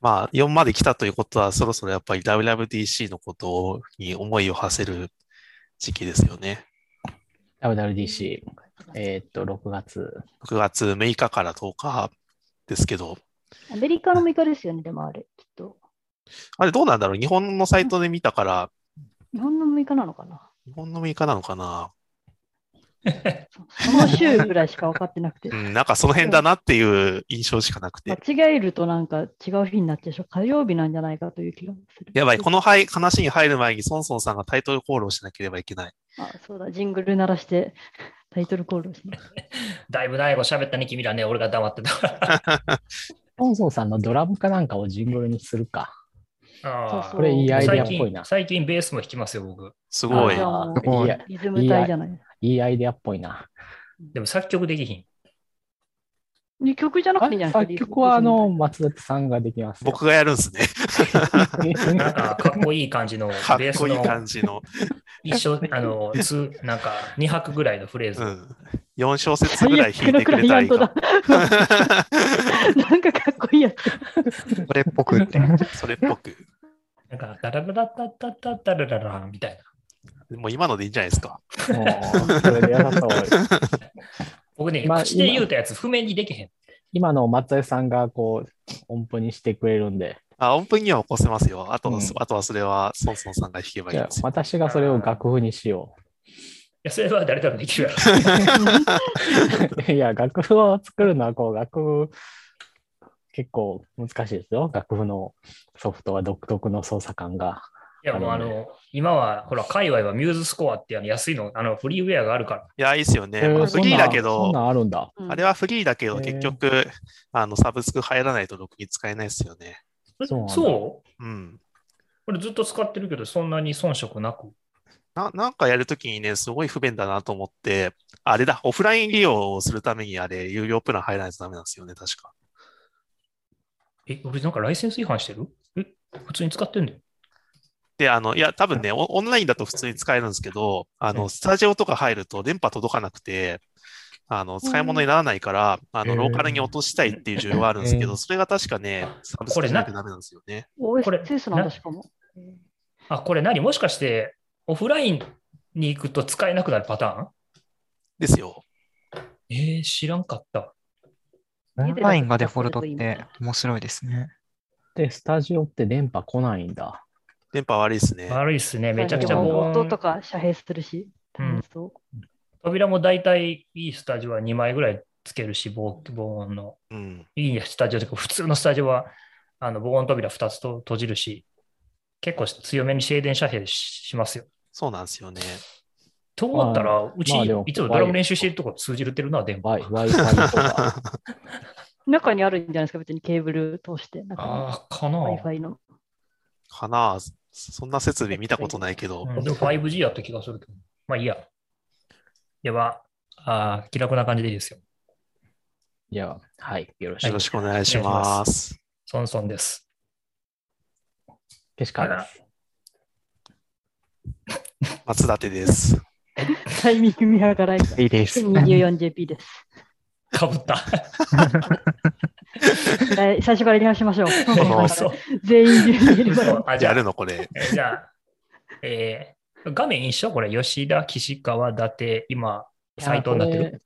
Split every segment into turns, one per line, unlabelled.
まあ、4まで来たということは、そろそろやっぱり WWDC のことに思いを馳せる時期ですよね。
WWDC、えーっと、6月。
6月6日から10日ですけど、
アメリカの6日ですよね、でもあれ、きっと。
あれどうなんだろう日本のサイトで見たから、
日本の6日なのか な
日本の6日なのかな
そその週ぐらいしか分かってなくて
う。ん、なんかその辺だなっていう印象しかなくて。
間違えるとなんか違う日になってしょ。火曜日なんじゃないかという気がする。
やばい、このはい話に入る前にソンソンさんがタイトルコールをしなければいけない。
あ、そうだ、ジングル鳴らしてタイトルコールをします。
だいぶ長いこと喋ったね、君らね、俺が黙ってたから。
ソンソンさんのドラムかなんかをジングルにするか。
あー
そう
これいいアイデア
最
っぽい
近
な、。
最近ベースも弾きますよ、僕。
すごい
あじ。ゃあも
すご
う
い
リズム体じゃない。
いいアイデアっぽいな。
でも作曲できひん。
二曲じゃなくていいんじゃない
作
ですか。
曲はあの
リ
松崎さんができますよ。
僕がやるんですね。
なんかかっこいい感 じの、
かっ
ベース
こいい
の
感じの。
一緒、あの、つなんか2拍ぐらいのフレー
う
ズ。
ん。4小節
ズム
ぐらい
体
弾いてくれ
最
たらい
悪
いか
の
も
ク。ライアントだ。 なんかかっこいいやつ。
それっぽくって。
それっぽく。
なんか、ダラダラダッダッダッダラダラみたいな。
もう今のでいいんじゃないですか。
もうそれでやらそう。
僕ね、
まあ
口で言うたやつ、譜面にできへん。
今の松崎さんがこう音符にしてくれるんで、
あ、音符には起こせますよ。あと、
うん
あとはそれはソンソンさんが弾けばい
じ
いん
ゃあ
ですよ。
私がそれを楽譜にしよ
いや、それは誰でもで きるやろ。
う。いや、楽譜を作るのはこう楽譜結構難しいですよ。楽譜のソフトは独特の操作感が。
いや、もうあ
あの
の、今は、ほら、界隈はミューズスコアってあの安いの、あの、フリーウェアがあるから。
いや、いいですよ
え
ね。まあフリーだけ
そ
ど、
んなんあるんだ。
あれはフリーだけど、
へー
結局、あの、サブスク入らないとろくに使えないですよね。
え
そうなんだ
そう
うん。
俺ずっと使ってるけど、そんなに遜色なく。
な、なんかやるときにね、すごい不便だなと思って、あれだ、オフライン利用をするためにあれ、有料プラン入らないとダメなんですよね、確か。
え、俺なんかライセンス違反してるえ、普通に使ってんだよ。
で、あの、いや、多分ね、オオンラインだと普通に使えるんですけど、あ
う
の、
ん
スタジオとか入ると電波届かなくて、あの、使い物にならないから、あの、
へー
ローカルに落としたいっていう需要があるんですけ
へ
ど、
ー
それが確かね、サブス
こ
ク
れ
じゃ
な
なきゃダメなんですよね。
これ
OS2 なん
な
だ、しかも。
あ、これ何もしかして、オフラインに行くと使えなくなるパターン
ですよ。
えー、知らんかった。
オンラインがデフォルトって面白いですね。
で、スタジオって電波来ないんだ。
電波悪いですね。
悪いっすね。めちゃくち
で
ゃ防
音
音
と。か遮蔽するし。
うん
そう
扉も大体いいスタジオは2枚ぐらいつけるし、防防音の。
うん。
いいスタジオというか、普通のスタジオはあの防音扉2つと閉じるし、結構強めに静電遮蔽ししますよ。
そうなんですよね。
と思ったら、うち、
まあでも
いつもドラム練習してるとこ通じるてるのは電波。
Wi- Wi-Fi とか。
中にあるんじゃないですか、別にケーブル通して。なんか
ああ、かな。
Wi-Fi の。
かなあそんな設備見たことないけど。
うんでも 5G やった気がするけど。まあいいや。では、あー気楽な感じでいいですよ。
いや、はい、よろし
よ
く
ろ。しくお願いします。
ソンソンです。
けしからです。
松立です。
タイミング見計らい。
いいです。
24JP です。
か ぶった。
はい最初からやり直しまし ょう。
嘘
全員でやりましょう
嘘あじゃ
や
あ
るのこれ。
えーじゃあ、えー画面一緒これ、吉田、岸川、伊達、今、サイトになってる。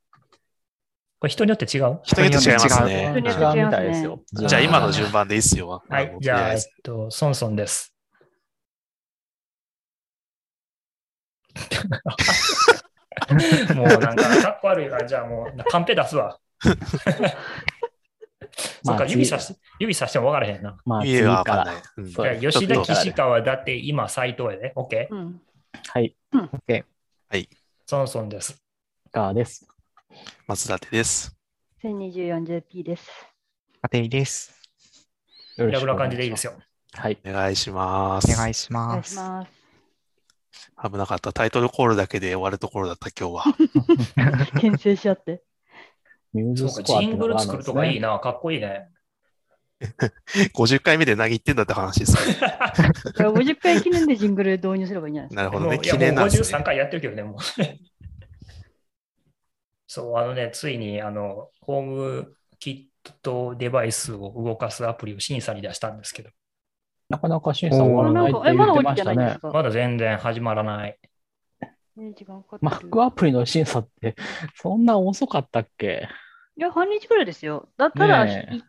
これ人によって違う
人によって違います
違
ね。
うみたいですよ。
違う
じゃあ今の順番でいいっすよ。
は
あ
い
の、
じゃ
とり
あ、
え
えっ
ず
と、ソンソンです。 もうなんか、かっこ悪いわ。じゃあもう、カンペ出すわ。そ
ま
っ
あ
か、
次
指さし、指さしても分からへんな。
まあ、
家
次
はわか
か
ん
ら
ない。うん
そ
じ
う
ゃあ、吉田、
ちょっと
岸川、伊達、今、斎藤やで。OK。
うん。
はい、
ソンソンです。
ガーです。
松立です。
1024JP です。
家庭です。
よ
気
ろしく
楽
お
な
願
感
い
じでいい
し
で
ますす。
よ。
はい。
お願いしま
お
す。
願いし
お願
ま
いし
す。
ます。
危なかった。タイトルコールだけで終わるところだった、今日は。
牽制し合って。
ミュー
そ
ズ
う
ス
か、
コアっ
ジ
ていう
ング
の
ル
がある
作
ん
る
で
と
す
かいい
ね。
な、かっこいいね。
50回目で何言ってんだって話です ね。
いや50回記念でジングル導入すればいいんじゃないですか。
なるほど
もう
ね。
いや
記念
も
な
うん
です
53
ね。
回やってるけどね、もう。 そう、あのね、ついに、あの、ホームキとデバイスを動かすアプリを審査に出したんですけど、
なかなか審査 終わ
あ
ら
な
ない
ん
っ
か、
て
え、
言
まだ
ってま
落ちて
した
ないんです
ね。
か、
まだ全然始まらない。
ね時間かかってる
Mac アプリの審査って、 そんな遅かったっけ
いや、半日くらいですよ。だただ、
ね
1
え
回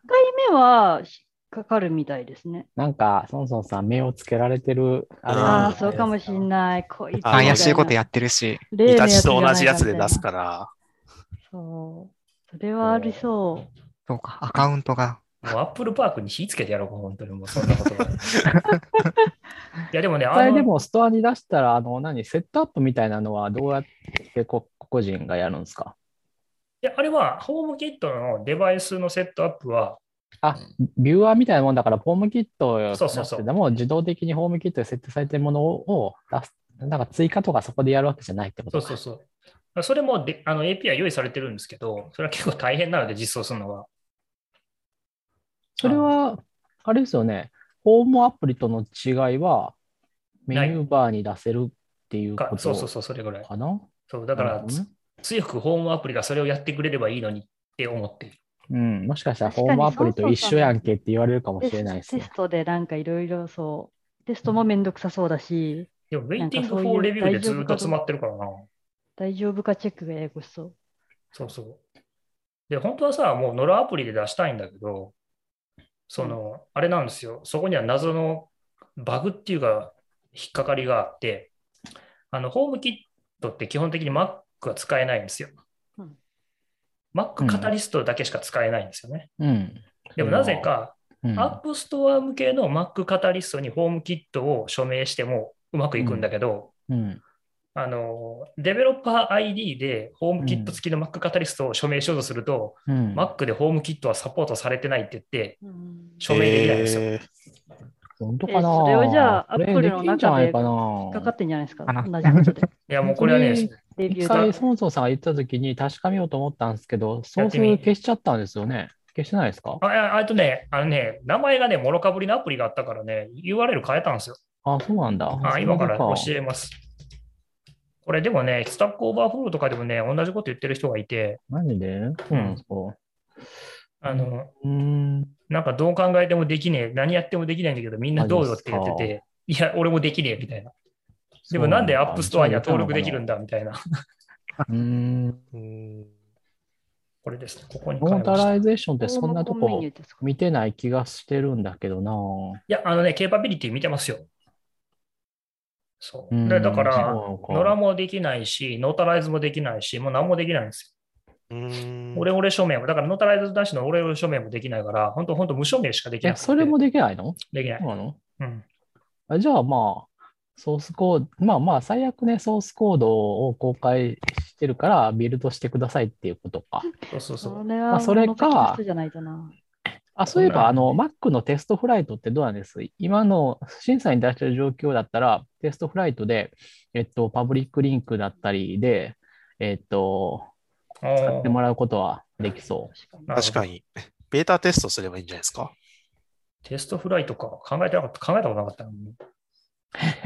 目は引っかかるみたいですね。
なんか、ソンソンさん、目をつけられてる。れ
あ
あ
なん
あー、
じゃ
そ
な
うかもしん
い
ない。こいつみたいな。
怪しいことやってるし、
イ
例の
タ
や
チ
つじゃ
と
ないか
同じやつで出す
みたい
から。
な。そう。それはありそ
そうか、アカウントが。
もうアップルパークに火つけてやろうか、本当にもうそんなことは。いや、でもね、
ですか。あ
あ
れで
の、
も、ストアに出したら、あの、何、セットアップみたいなのは、どうやってこ個人がやるんですか
いやあれは、ホームキットのデバイスのセットアップは、
あ、ビューアーみたいなもんだから、ホームキットを
そうそうそう
でも、自動的にホームキットで設定されてるものを出す。なんか追加とかそこでやるわけじゃないってこ
そ
と
うそうそう。それもであの API 用意されてるんですけど、それは結構大変なので実装するのは。
それは、あれですよね、ホームアプリとの違いは、メ
ない
ニューバーに出せるっていう
か
こ
そうそう
と
そう、それぐらい。
かな
そうだか
なる
ら
ほ、どね
強くホームアプリがそれをやってくれればいいのにって思っている。
うん、もしかしたら
確
ホ
か
ー
に
ムアプリと一緒やんけって言われるかも
う。テ
し
ス
れないです
テ
ね
ス。トでなんかいろいろそう。テストもめんどくさそうだし、
でも、ウェイティ
なんか
ング
そういう
フォーレビューでずっと詰まってるからな。
大丈夫かチェックがややこしそう。
そうそう。で、本当はさ、もうノラアプリで出したいんだけど、その、あれなんですよ、そこには謎のバグっていうか、引っかかりがあって、あの、ホームキットって基本的に Mac は使えないんですよ。
うん
う
Mac
ん
カタリストだけしか使えないんですよね。
うん。
でもなぜか、
うん、
App Store 向けの Mac カタリストにホームキットを署名してもうまくいくんだけど、
うん。
あの、デベロッパー ID でホームキット付きの Mac カタリストを署名しようとすると、
うん。
Mac でホームキットはサポートされてないって言って、
うん
署名できないんですよ。
えー
本当
え
かな
それをじゃあ
それ
Apple の
できんじゃないかな
引っかかってんじゃないですか。
あの
同じこと で。
いや、もうこれはね
そ、れ
レビュ
一
ーだ
回、ソンソンさんが言ったときに確かめようと思ったんですけど、ソース消しちゃったんですよね。消してないですか
あああとね、あのね、名前がね、もろかぶりのアプリがあったからね、URL 変えたんですよ。
あ、そうなんだ。
あ今から教
それ
えます。これでもね、スタックオーバーフローとかでもね、同じこと言ってる人がいて、
マジでそうなんですか。う
あの、
ーん。
なんかどう考えてもできねえ、何やってもできないんだけど、みんなどうよって言ってて、いや、俺もできねえみたいな。でもなんで App Store には登録できるん
だ。
だみたいな。
うーん。
うーん
これですね、ここに
ノ
変え
ー
ま
タ
した。い
ライゼーションってそんなと
ホームメ
こ
ニューですか
見てない気がしてるんだけどな。
や、あのね、ケーパビリティ見てますよ。そうう。
ん
でだか
そう
ら、
な
ノ
の
ラ
か
もできないし、ノータライズもできないし、もう何もできないんです
うーん
よ。オレオレ署名も、だからノータライズなしのオレオレ署名もできないから、本当本当無署名しかできな
え、
い。
それもできないの
できな
そう
い。
なの
うん。
あじゃあまあ、ソースコード、まあまあ、最悪ね、ソースコードを公開してるから、ビルドしてくださいっていうことか。
そうそうそ。
そうれ
まあ
は、
それか
物書きの人じゃないとな。
あ、そういえ
そう
ば、あの、Mac のテストフライトってどうなんです今の審査に出してる状況だったら、テストフライトで、えっと、パブリックリンクだったりで、えっと、使ってもらうことはできそ
確か
に。
に。ベータテストすればいいんじゃないですか。
テストフライとか考えてなかった、考えたことなかったのに。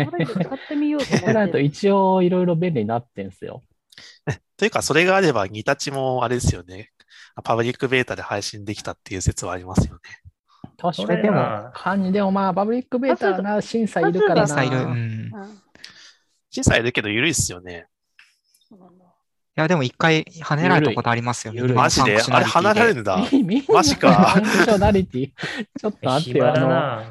これ使ってみようと
う。フ
思
ラ
っ
イト
て。
一応いろいろ便利になってんすよ。
というか、それがあれば、ニタチもあれですよね。パブリックベータで配信できたっていう説はありますよね。
確
そ
かに。
れで
で
も
も、管理でもまあ、パブリックベータはな、審査いるから
だ
な。
実際いる。うん。い
うん
審査いるけど、緩いっすよね。
そうなんだ
や、でも一回跳ねられたことありますよ。
緩い
マジで
フ
あ
ァ
れ、
ンクシ
離
ナリテ
れ
ィ
るんだ。
意味
マジか
ファンクショナリティ。ちょっと待って
暇
よ。
だ
あ
な。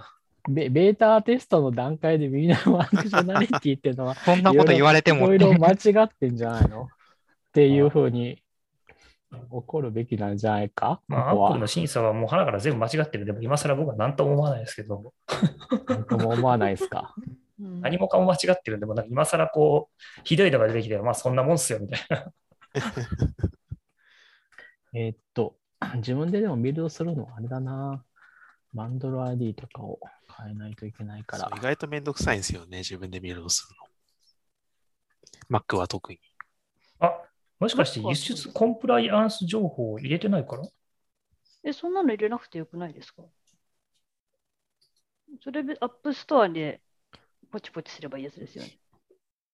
のベ、ベータテストの段階でみんなファンクショナリティっていうの は、
こんなこと言われて
い
も
ろいろ間違ってんじゃないのっていうふうに怒るべきなんじゃないか
まあ、
ここ
アップル
は。
の審査はもう花から全部間違ってる。でも、今更僕は何とも思わないですけど、
なんとも思わないですか。
うん
何もかも間違ってるんで、もうなんか今更こう、ひどいのが出てきて、まあそんなもんっすよ、みたいな。
えーっと、自分ででもビルドするのはあれだな。バンドル ID とかを変えないといけないから
そう。意外とめんどくさいんですよね。自分で見るのするの。Mac は特に。
あ、もしかして輸出コンプライアンス情報を入れてないから
え、そんなの入れなくてよくないですかそれでアップストアでポチポチすればいいやつですよね。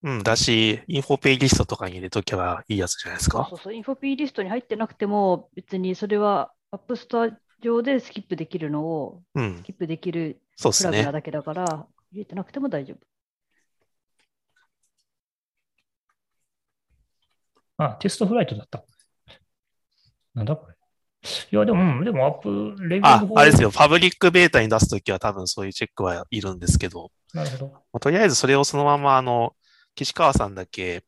うん、だし、インフォペイリストとかに入れときゃいいやつじゃないです
そう
か
そ。うそう、インフォピーリストに入ってなくても、別にそれはアップストア上でスキップできるのを、
うん
ス。キップできる
そうで
プ
す
ラグ
ね
ラ。だけだから、入れてなくても大丈夫。
あ、テストフライトだった。なんだこれ。いや、でも、うんでもアップ、レビュー
あ
の、方
あれですよ。パブリックベータに出すときは多分そういうチェックはいるんですけど、
なるほど。
まあとりあえずそれをそのまま、あの、岸川さんだけ、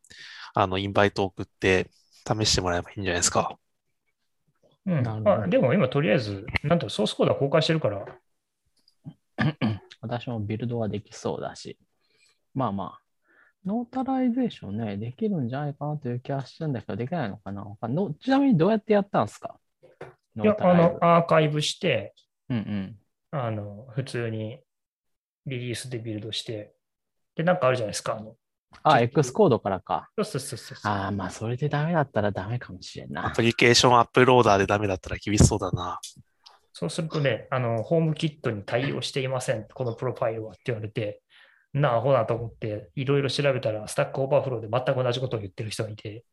あの、インバイト送って試してもらえばいいんじゃないですか。
うん。
なるほど
あでも今、とりあえず、なんていうのソースコードは公開してるから、
私もビルドはできそうだし。まあまあ。ノータライゼーションね、できるんじゃないかなという気はしてるんだけど、できないのかなわかんのちなみにどうやってやったんですかノ
いや
ー、タラ
あ
イ
の、アーカイブして、
ズ。うんうん。
あの、普通にリリースでビルドして、で、なんかあるじゃないですか。あの
あ、X コードからか。
そうそうそうそう。
ああ、まあ、それでダメだったらダメかもしれん
ア
な。
プリケーションアップローダーでダメだったら厳しそうだな。
そうするとね、あの、ホームキットに対応していません、このプロファイルはって言われて、なあ、アホなと思って、いろいろ調べたら、スタックオーバーフローで全く同じことを言ってる人がいて、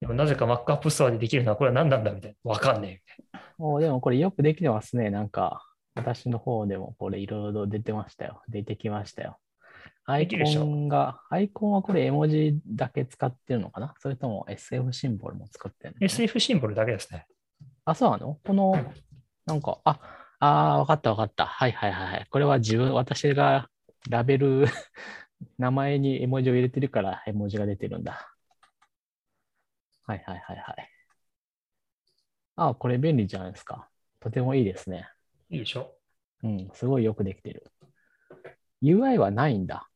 でもなぜか Mac ストアでできるのはこれは何なんだみたいな。わかんねえみたい
おーでもこれよくできてますね。なんか、私の方でもこれいろいろ出てましたよ。出てきましたよ。ア
で
イ
きるでしょ
コンが、アイコンはこれ絵文字だけ使ってるのかなそれとも SF シンボルも使ってるの
な。SF シンボルだけですね。
あ、そうなのこの、なんか、あ、あー、わかったわかった。はいはいはいはい。これは自分、私がラベル、 名前に絵文字を入れてるから絵文字が出てるんだ。はいはいはいはい。あ、これ便利じゃないですか。とてもいいですね。
いいでしょ
うん、すごいよくできてる。UI はないんだ。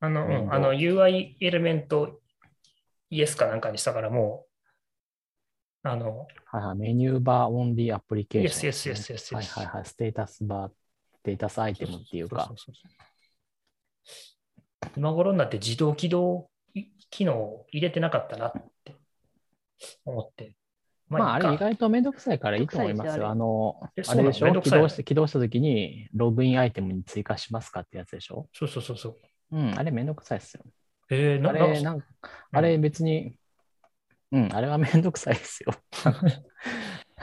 あの、うん
うん
あの UI エレメントイエスかなんかにしたからもう、あの、
はいはい、メニューバーオンリーアプリケーションですね。
Yes, yes, yes, yes, yes.
はいはいはい、ステータスバー、ステータスアイテムっていうか
そ。そそうそう今頃になって自動起動機能を入れてなかったなって思って。
まあ、あ
いいか
れ意外とめんどくさいからいいと思いますよ。あ
めん
の、
え
あれでし
そうなのめん
ょ
どく
起
さい
動して、起動したときに、ログインアイテムに追加しますかってやつでしょ
そうそうそうそう。
うん、あれめんどくさいですよ。
えー、な
あれ、
な
なんか、あれ別に、うん、あれはめんどくさいです よ。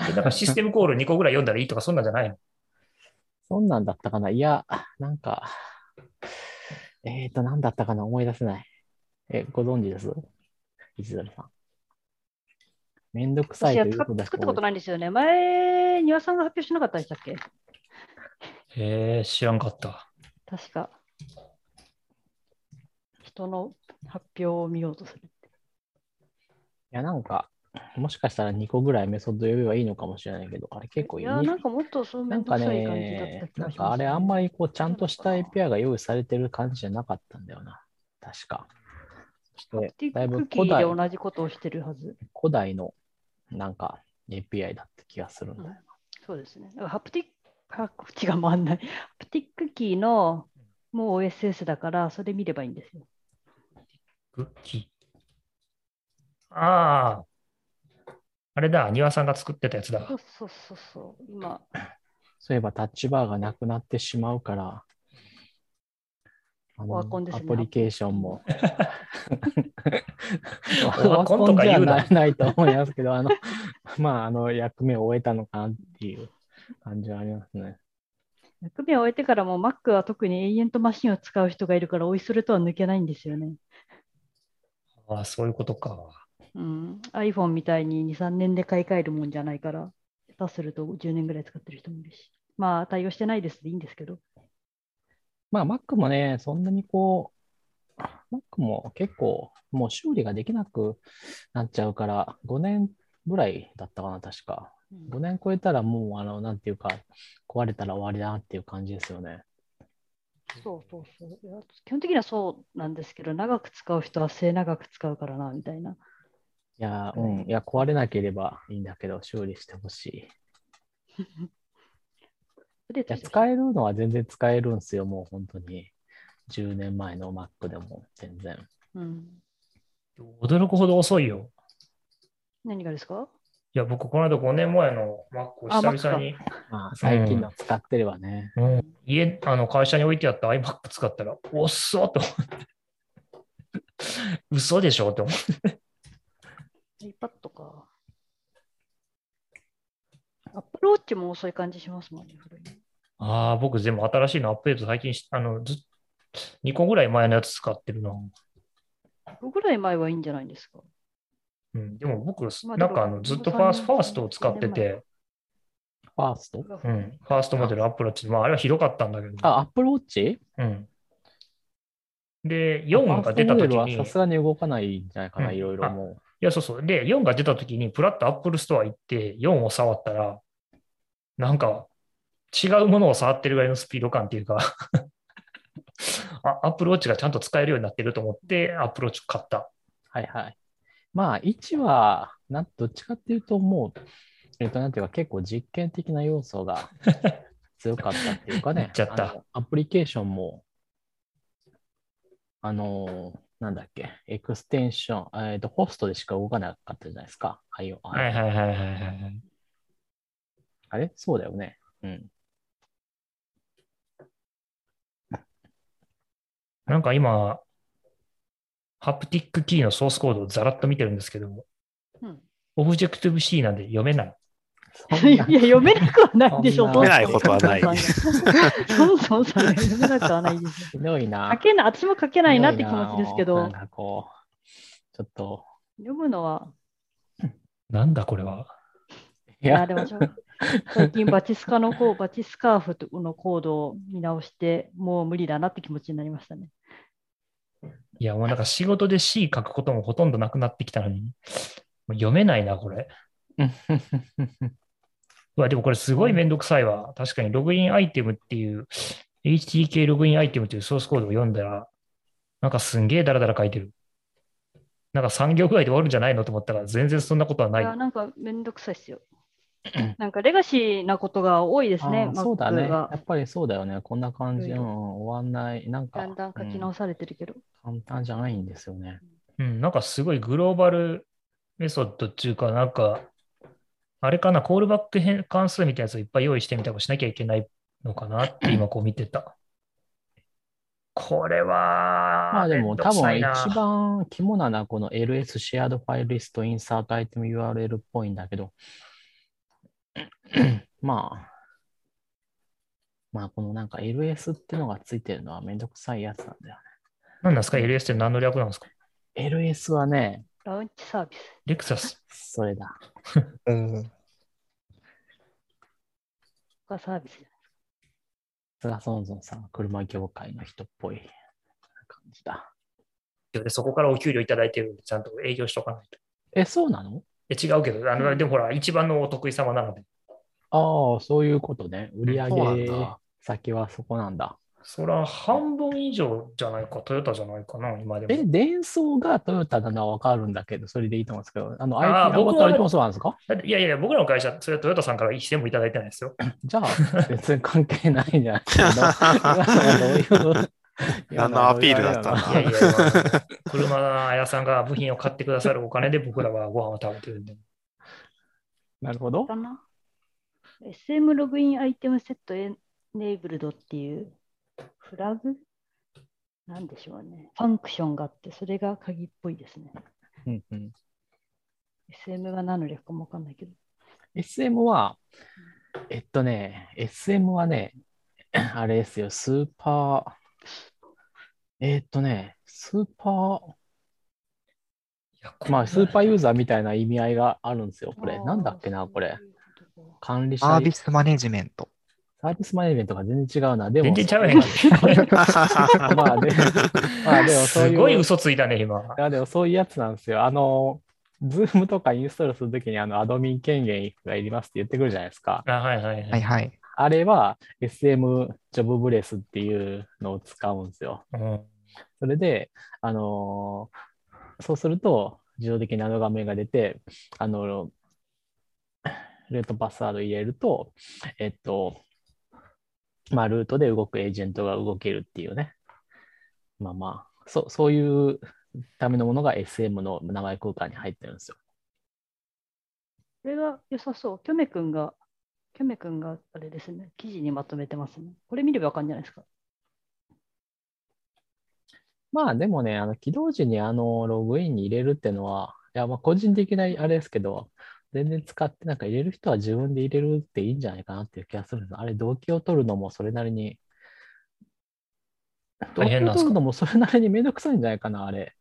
えなんかシステムコール2個ぐらい読んだらいいとか、そんなんじゃないの
そんなんだったかないや、なんか、えっ、ー、と、なんだったかな思い出せない。え、ご存知です石鶴さん。めんどくさい
私
という
は使っ
ことだ
作ったこと
い。
ないんですよね。前、庭さんが発表しなかったでしたっけ
えー、知らんかった。
確か。人の発表を見ようとする。
いや、なんか、もしかしたら2個ぐらいメソッド呼べばいいのかもしれないけど、あれ結構
い
いい。
や、なんかもっとそうめ
なんん
どく
か
さい感じだった
ね、
気
な
が
ん
します
かあれあんまりこうちゃんとした API が用意されてる感じじゃなかったんだよな。確か。そし
テ
て、
ィ
だい
ッ
ぶ
クキ
古
ーで
代、
同じことをしてるはず。
古代のなんか API だった気がするんだよ
そうですね。だからハプティック、あ口が回んない。ハプティックキーのもう OSS だから、それ見ればいいんですよ。
クッキー。ああ。あれだ、庭さんが作ってたやつ だ
そ。うそうそうそう。今、
そういえばタッチバーがなくなってしまうから、あ
ワーコンですね
アプリケーションも。
ワーコンとか言うな
ワーコンじゃなないと思いますけど、あの、 まあ、あの、役目を終えたのかなっていう感じはありますね。
役目を終えてからも Mac は特に永遠とマシンを使う人がいるから、おいそれとは抜けないんですよね。
ああ、そういうことか。
うん、iPhone みたいに2、3年で買い替えるもんじゃないから、下手すると10年ぐらい使ってる人もいるし。まあ、対応してないですでいいんですけど。
まあ、Mac もね、そんなにこう、Mac も結構、もう修理ができなくなっちゃうから、5年ぐらいだったかな、確か。
うん
5年超えたらもう、あの、なんていうか、壊れたら終わりだなっていう感じですよね。
そうそうそういや。基本的にはそうなんですけど、長く使う人は末長く使うからな、みたいな。
いやー、うん、いや、壊れなければいいんだけど、修理してほしい。い
で、
や、使えるのは全然使えるんですよ、もう本当に。10年前の Mac でも全然。
うん、
驚くほど遅いよ。
何がですか
いや、僕、この間5年前の Mac を
あ
久々に、
まあ、最近の使ってればね。
うん、家、あの、会社に置いてあった iMac 使ったら、おっそと思って。嘘でしょって思って。
iPad か。ローチも遅い感じしますもんね、古いの。
ああ、僕、でも新しいのアップデート最近し、あの、ず2個ぐらい前のやつ使ってるな。
どれぐらい前はいいんじゃないですか。
うん、でも僕、
まあ
なんかあの
でも
ずっとファース
13
ファーストを使ってて、
ファースト
うん、ファーストモデルアップローチ、まあ、あれはひどかったんだけど、
あ、アップルウォッチ
うん。で、
ファ
4
ー
が
スト
出た
モデ
と
ル
き
は
に、い
さすがに動かないんじゃないかな、
うん
いろいろも
や、そうそう。で、4が出たときに、プラッとアップルストア行って、4を触ったら、なんか、違うものを触ってるぐらいのスピード感っていうか あ、アップルウォッチがちゃんと使えるようになってると思って、アップルウォッチを買った。
う。はいはい。まあ、1は、なんどっちかっていうと、もう、えっと、なんていうか、結構実験的な要素 が強かったっていうか
言
ね
っ、ちゃった
あのアプリケーションも、あの、なんだっけ、エクステンション、えっと、ホストでしか動かなかったじゃないですか、iOS。
はいはいはいはいはい。
あれそうだよね。うん。
なんか今、ハプティックキーのソースコードをざらっと見てるんですけども、
うん
オブジェクティブ C なんで読め ない。
そん
い
な
や、読めなくはないでしょ、
そん
な読めないことはない
そもそもそんな読めなくはないですよ。
ひどいな。
書けない、私も書けないなっ
ひ
て気
どい
持ちですけ
な
ど
ん、かこう、ちょっと、
読むのは、
なんだこれは。
い
いや、
や、
でもしょう最近バチスカのこう、バチスカーフのコードを見直して、もう無理だなって気持ちになりましたね。
いや、もうなんか仕事で C 書くこともほとんどなくなってきたのに、もう読めないな、これ。 うわ、でもこれすごいめんどくさいわ。確かにログインアイテムっていう、HTK ログインアイテムというソースコードを読んだら、なんかすんげえダラダラ書いてる。なんか産業具合で終わるんじゃないのと思ったら、全然そんなことはないい。
や、なんかめんどくさい っすよ。なんかレガシーなことが多いです
あ、
ね
ーそうだね。
Mac
や
が
っぱりそうだよね。こんな感じ、
いろ
う
いろ
ん、終わんない。なんか、
だんだん書き
うん
直されてるけど。
簡単じゃないんですよね。
うん、なんかすごいグローバルメソッドっていうか、なんか、あれかな、コールバック変関数みたいなやつをいっぱい用意してみたいなことしなきゃいけないのかなって今こう見てた。これは、
まあでも、
んど
多
くさ
分
い
一
な
番肝なのはこの LS シェアードファイルリストインサートアイテム URL っぽいんだけど、 まあ、まあこのなんか LS ってのがついてるのはめんどくさいやつなんだよ
何なんですか ?LS って何の略なんですか
ね。LS はね、
ラウンチサービス。
レクサス。
それだ。
うん。
がサービスじ
菅ソンゾンさんは車業界の人っぽい感じだ。
でそこからお給料いただいてるんで、ちゃんと営業しとかないと。
え、そうなの
え違うけど、あのでもほら、一番のお得意様なので。
ああ、そういうことね。売り上
そうなん
げ
だ
先はそこなんだ。
そら、半分以上じゃないか、トヨタじゃないかな、今でも
え、。伝送がトヨタなのはわかるんだけど、それでいいと思うんですけど、あの、IT
あー
ラボ
僕は
ともそうなんですか
だっていやいや、僕らの会社、それはトヨタさんから一銭もいただいてない ですよ。
じゃあ、別に関係ない んじゃないですか。今のはどういう。
何のアピールだったんだ
いやいや、まあ車屋さんが部品を買ってくださるお金で僕らはご飯を食べてるんで。
なるほど
ゃ。かな。SM ログインアイテムセットエネイブルドっていうフラグなんでしょうね。ファンクションがあって、それが鍵っぽいですね。
うんうん
SM が何の略かもわかんないけど。
SM は、えっとね、SM はね、あれですよ、スーパー、えっとね、スーパー、
いや
まあ、スーパーユーザーみたいな意味合いがあるんですよ、こ
あ
れ。
ー
なんだっけな、これ。。管理者、
サービスマネジメント。
サービスマネジメントが全然違うな。でも
全、然ちゃうやん。
まあね、まあでもそう
す
いう。
ごい嘘ついたね、今。
いや、でもそういうやつなんですよ。あの、ズームとかインストールするときに、あの、アドミン権限がいりますって言ってくるじゃないですか。
あはいはいは
はい
い。
はい。
あれは SM ジョブブレスっていうのを使うんですよ。
うん
それで、あのーそうすると、自動的にあの画面が出て、あの、ルートパスワード入れると、えっと、まあ、ルートで動くエージェントが動けるっていうね。まあまあ、そう、そういうためのものが SM の名前空間に入ってるんですよ。
これが良さそう。キョメ君が、キョメ君があれですね、記事にまとめてますね。これ見ればわかるんじゃないですか。
まあでもね、あの起動時にあのログインに入れるっていうのは、いやまあ個人的なあれですけど、全然使って、なんか入れる人は自分で入れるっていいんじゃないかなっていう気がするんです。あれ、動機を取るのもそれなりに、動
大
機
変
を
なんです
取
か
るのもそれなりにめんどくさいんじゃないかな、あれ。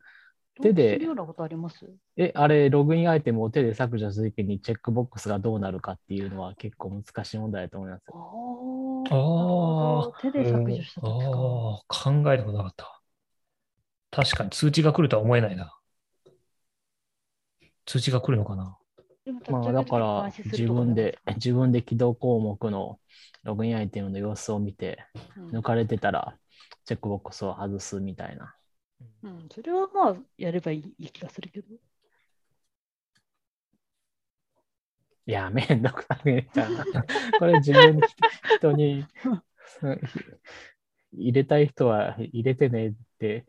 手で
するようなことあります
え、あれ、ログインアイテムを手で削除するときにチェックボックスがどうなるかっていうのは結構難しい問題だと思います。
あ
あ
あ。
あ。
手で削除した
ああ
時か。
ー、考えたことなかった。確かに通知が来るとは思えないな。通知が来るのかな。
でも立ち
まあ
上げ
だ
る時
から
監視す
自
るとか
分
じゃな
で、自分で起動項目のログインアイテムの様子を見て、
い
抜かれてたらチェックボックスを外すみたいな。
うんうん、それはまあやればいい気がするけど。
いや、めんどくさくねえじゃん。 これ自分で人に うん入れたい人は入れてねって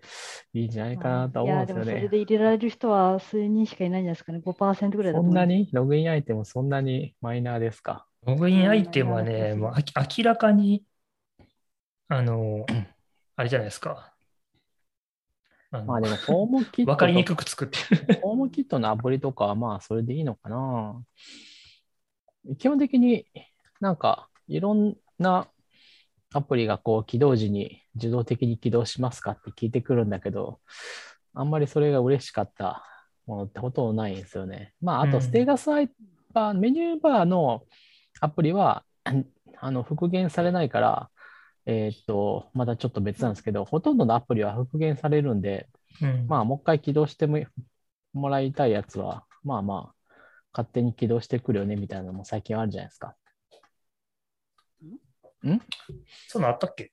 いいんじゃないかなとは思うんですよ
いやでもそれ
ね。
で入れられる人は数人しかいないんじゃないですかね。5%ぐらいだ
そ
と思
ん
う
なにログインアイテムそんなにマイナーですか
ログインアイテムはね、
うん
もうあき明らかに、あの、 あれじゃないですか。あの
まあ でも、フォームキット
わ
と
かりにくく作って る。
ホームキットのアプリとかはまあそれでいいのかな。基本的になんかいろんなアプリがこう起動時に自動的に起動しますかって聞いてくるんだけど、あんまりそれが嬉しかったものってほとんどないんですよね。まああ
うん
とステータスアイバー、メニューバーのアプリは あの復元されないから、えーっと、またちょっと別なんですけど、ほとんどのアプリは復元されるんで、
うん
まあ、もう一回起動してももらいたいやつは、まあまあ、勝手に起動してくるよねみたいなのも最近あるじゃないですか。
そんなのあったっけ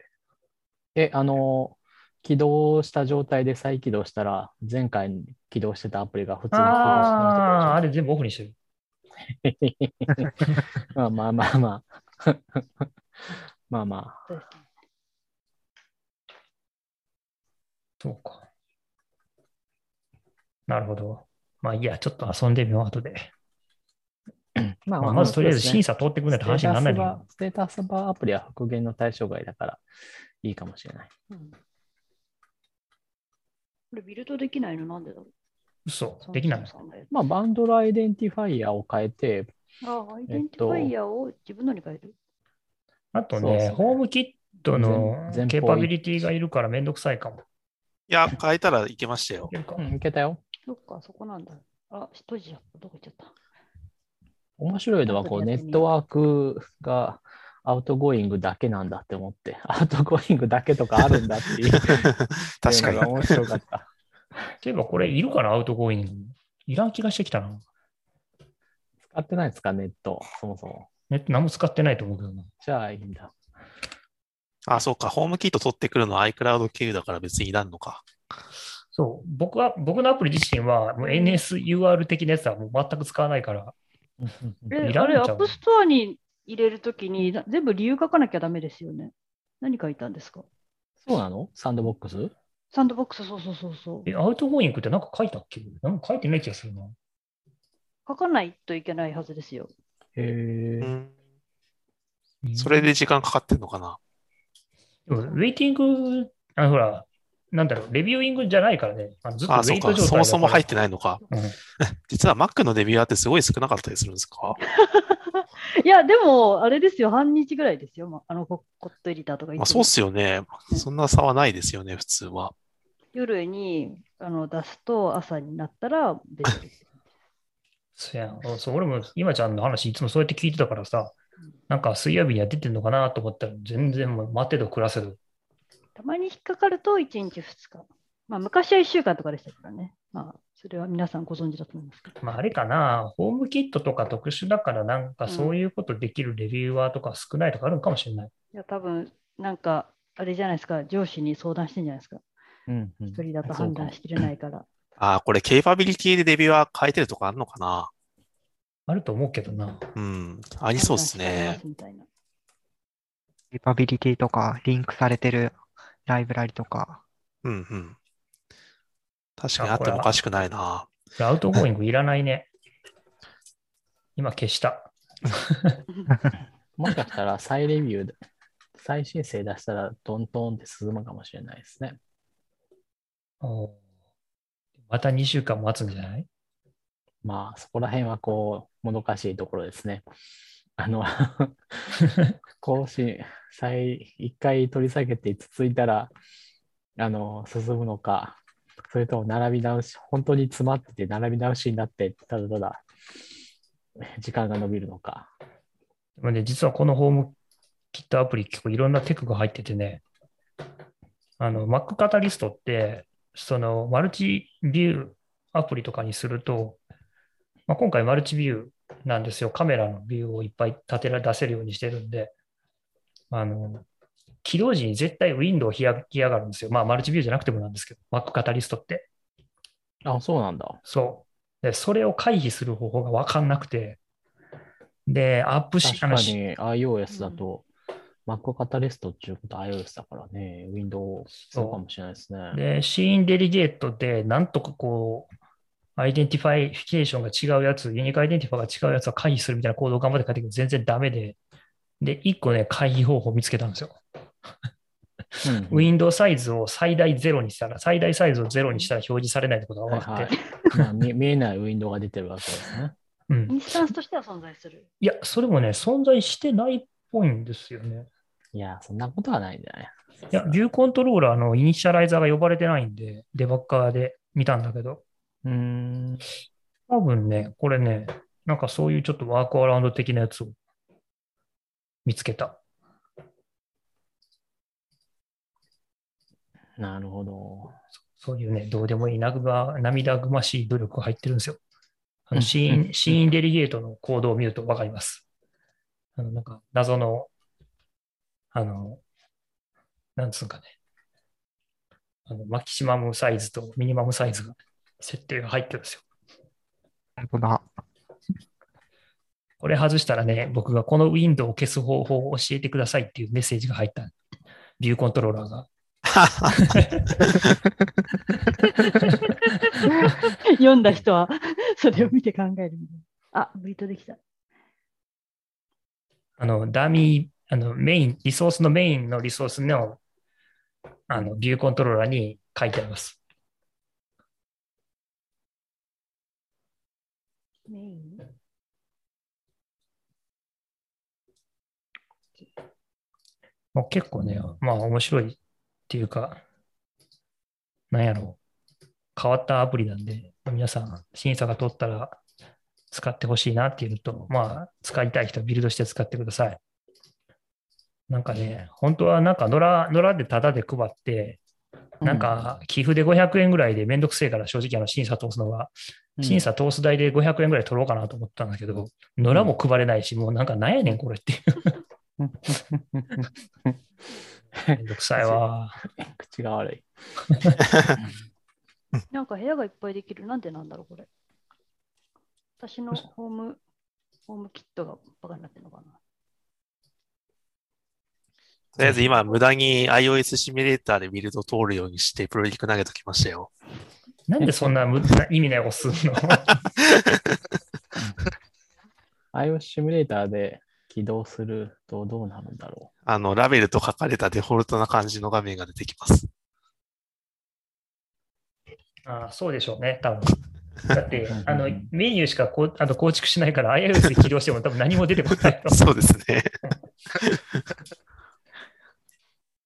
え、あの、起動した状態で再起動したら、前回起動してたアプリが普通に起動して
ああー、あ
ま
れ全部オフにしてる。
すまあまあまあまあ。 まあまあ。
そうですね
そうか。なるほど。まあいいや、ちょっと遊んでみよう、後で。
まあ
ま
ま
あ
あ、
まずとりあえず
そう
審
ですね
査通ってくんないと話にならないんだけど
ステータスバーステータスバーアプリは復元の対象外だから、いいかもしれない。
うんこれビルドできないのなんでだろ
嘘
う
できないの
サンタさんのやつ
まあ、バンドルアイデンティファイアを変えて、
あ、アイデンティファイアを自分のに変える。
あと
そうです
ね、
ね
ホームキットの
前前方
ケーパビリティがいるからめんどくさいかも。
いや、変えたらいけましたよ
い。けるか
うん、いけたよ。
そっか、そこなんだ。あ、一人じゃった、どこ行っちゃっ
面白いのはこう
後で
ネ
やってみよ
ッ
う
トワークがアウトゴイングだけなんだって思って、 アウトゴイングだけとかあるんだ っていう
確か
の
に
が。面白かった。
例えばこれいるかな、アウトゴーイング。いらん気がしてきたな。
使ってないですか、ネット、そもそも。
ネット何も使ってないと思うけどな。
じゃあいいんだ。
あ、そうか。ホームキット取ってくるのは iCloud 経由だから別にいらんのか。
そう、僕は、僕のアプリ自身はもう NSUR 的なやつはもう全く使わないから、
た。え、
いら
あ
ん
れ、
の
ア
ちゃう
ップストアに入れるときにな全部理由書かなきゃダメですよね。何書いたんですか
そうなのサンドボックス
サンドボックス、そうそうそうそう。
え、アウトゴーイングってなんか書いたっけなんか書いてない気がするな。
書かないといけないはずですよ。
へ
う
え。
ん。それで時間かかってんのかな。
でもウェイティング、あのほら、なんだろう、レビューイングじゃないからね。あのずっとウ
あ、そ
ェ
う
イト
か。
状態だから
そもそも入ってないのか。
うん
実は Mac のデビュアーってすごい少なかったりするんですか
いや、でも、あれですよ、半日ぐらいですよ、まあのココットエディターとかいつも
まあ、そうっすよね。そんな差はないですよね、普通は。
夜にあの出すと朝になったら出て る。
そうやん。そう、俺も、今ちゃんの話、いつもそうやって聞いてたからさ、なんか水曜日には出てんのかなと思ったら、全然もう待てど暮らせど。
たまに引っかかると1日2日。まあ、昔は1週間とかでしたからね。まあ、それは皆さんご存知だと思いますけど。
まあ、あれかな、ホームキットとか特殊だから、なんかそういうことできるレビューアーとか少ないとかあるのかもしれない。
いや、多分なんか、あれじゃないですか、上司に相談してんじゃないですか。
うんうん
一人だと判断しきれないから。
あー、これ、ケーパビリティでデビュアー変えてるとかあるのかな
あると思うけどな。
うん。ありそうっす
判
ね
断し。きれないみたいな
ケーパビリティとか、リンクされてるライブラリとか、
うんうん。確かにあ
あ
っ
こ
て
れは
もおかしくないな。
アウトゴーイングいらないね。今消した。
もしかしたら再レビューで、再申請出したらトントンって進むかもしれないですね。
おーまた2週間待つんじゃない
まあ、そこら辺はこう、もどかしいところですね。あ の、更新、再、一回取り下げて続いたら、あの、進むのか、それとも並び直し、本当に詰まってて並び直しになって、ただただ、時間が伸びるのか。
でもね、実はこのホームキットアプリ、結構いろんなテクが入っててね、あの、Mac カタリストって、そのマルチビューアプリとかにすると、まあ、今回マルチビューなんですよ。カメラのビューをいっぱい立てら出せるようにしてるんで、あの、起動時に絶対ウィンドウを開きやがるんですよ。まあ、マルチビューじゃなくてもなんですけど、Mac カタリストって。
あ、そうなんだ。
そう。で、それを回避する方法が分かんなくて、で、アップし、
確か
あのし
に iOS だと、Mac カタリストっていうことは iOS だからね、Windows そうかもしれないですね。
で、シーンデリゲートで、なんとかこう、アイデンティファイケーションが違うやつ、ユニークアイデンティファが違うやつは回避するみたいな行動を頑張って書いてるけど、全然ダメで、で、1個ね、回避方法を見つけたんですよ。ウ
ン
ィンドウサイズを最大ゼロにしたら、最大サイズをゼロにしたら表示されないってことが分かって、
はいはいまあ見 見えないウィンドウが出てるわけですね。
う ん
インスタンスとしては存在する。
いや、それもね、存在してないっぽいんですよね。
いや、そんなことはないんじゃない
いや、ビューコントローラーのイニシャライザーが呼ばれてないんで、デバッカーで見たんだけど、
うーん。
多分ね、これね、なんかそういうちょっとワークアラウンド的なやつを見つけた。
なるほど。
そういうね、どうでもいいなぐま涙ぐましい努力が入ってるんですよ。あ
うん
のシーン、シーンデリゲートの行動を見るとわかります。あの、なんか謎の、あの、なんつうかね、あの、マキシマムサイズとミニマムサイズが、設定が入ってるんですよ。
本当だ。
これ外したらね、僕がこのウィンドウを消す方法を教えてくださいっていうメッセージが入ったビューコントローラーが。
読んだ人は それを見て考えるみたいな。あ、ブリートできた。
あの、ダミー、あの、メイン、リソースのメインのリソースの、あの、ビューコントローラーに書いてあります。
メイン。
もう結構ね、まあ面白いっていうか、なんやろう。変わったアプリなんで、皆さん、審査が通ったら使ってほしいなっていうのと、まあ、使いたい人はビルドして使ってください。なんかね、本当はなんか野良、野良でタダで配って、なんか寄付で500円ぐらいでめんどくせえから正直あの審査通すのは
うん、
審査通す代で500円ぐらい取ろうかなと思ったんだけど、野良も配れないし、もうなんかなんやねん、これって。めんどくさいわ。
口が悪い。
なんか部屋がいっぱいできる。なんでなんだろう、これ。私のホーム、ホームキットがバカになってるのかな。
とりあえず今、無駄に iOS シミュレーターでビルド通るようにして、プロリティク投げときましたよ。
なんでそんなむ意味ないことするの
iOS シミュレーターで起動するとどうなるんだろ
あの、ラベルと書かれたデフォルトな感じの画面が出てき ます。
ああそうでしょうね、多分だって
う、ん
あのメニューしかこうあの構築しないから、iOS で起動しても多分何も出てこないと思う。
そうですね。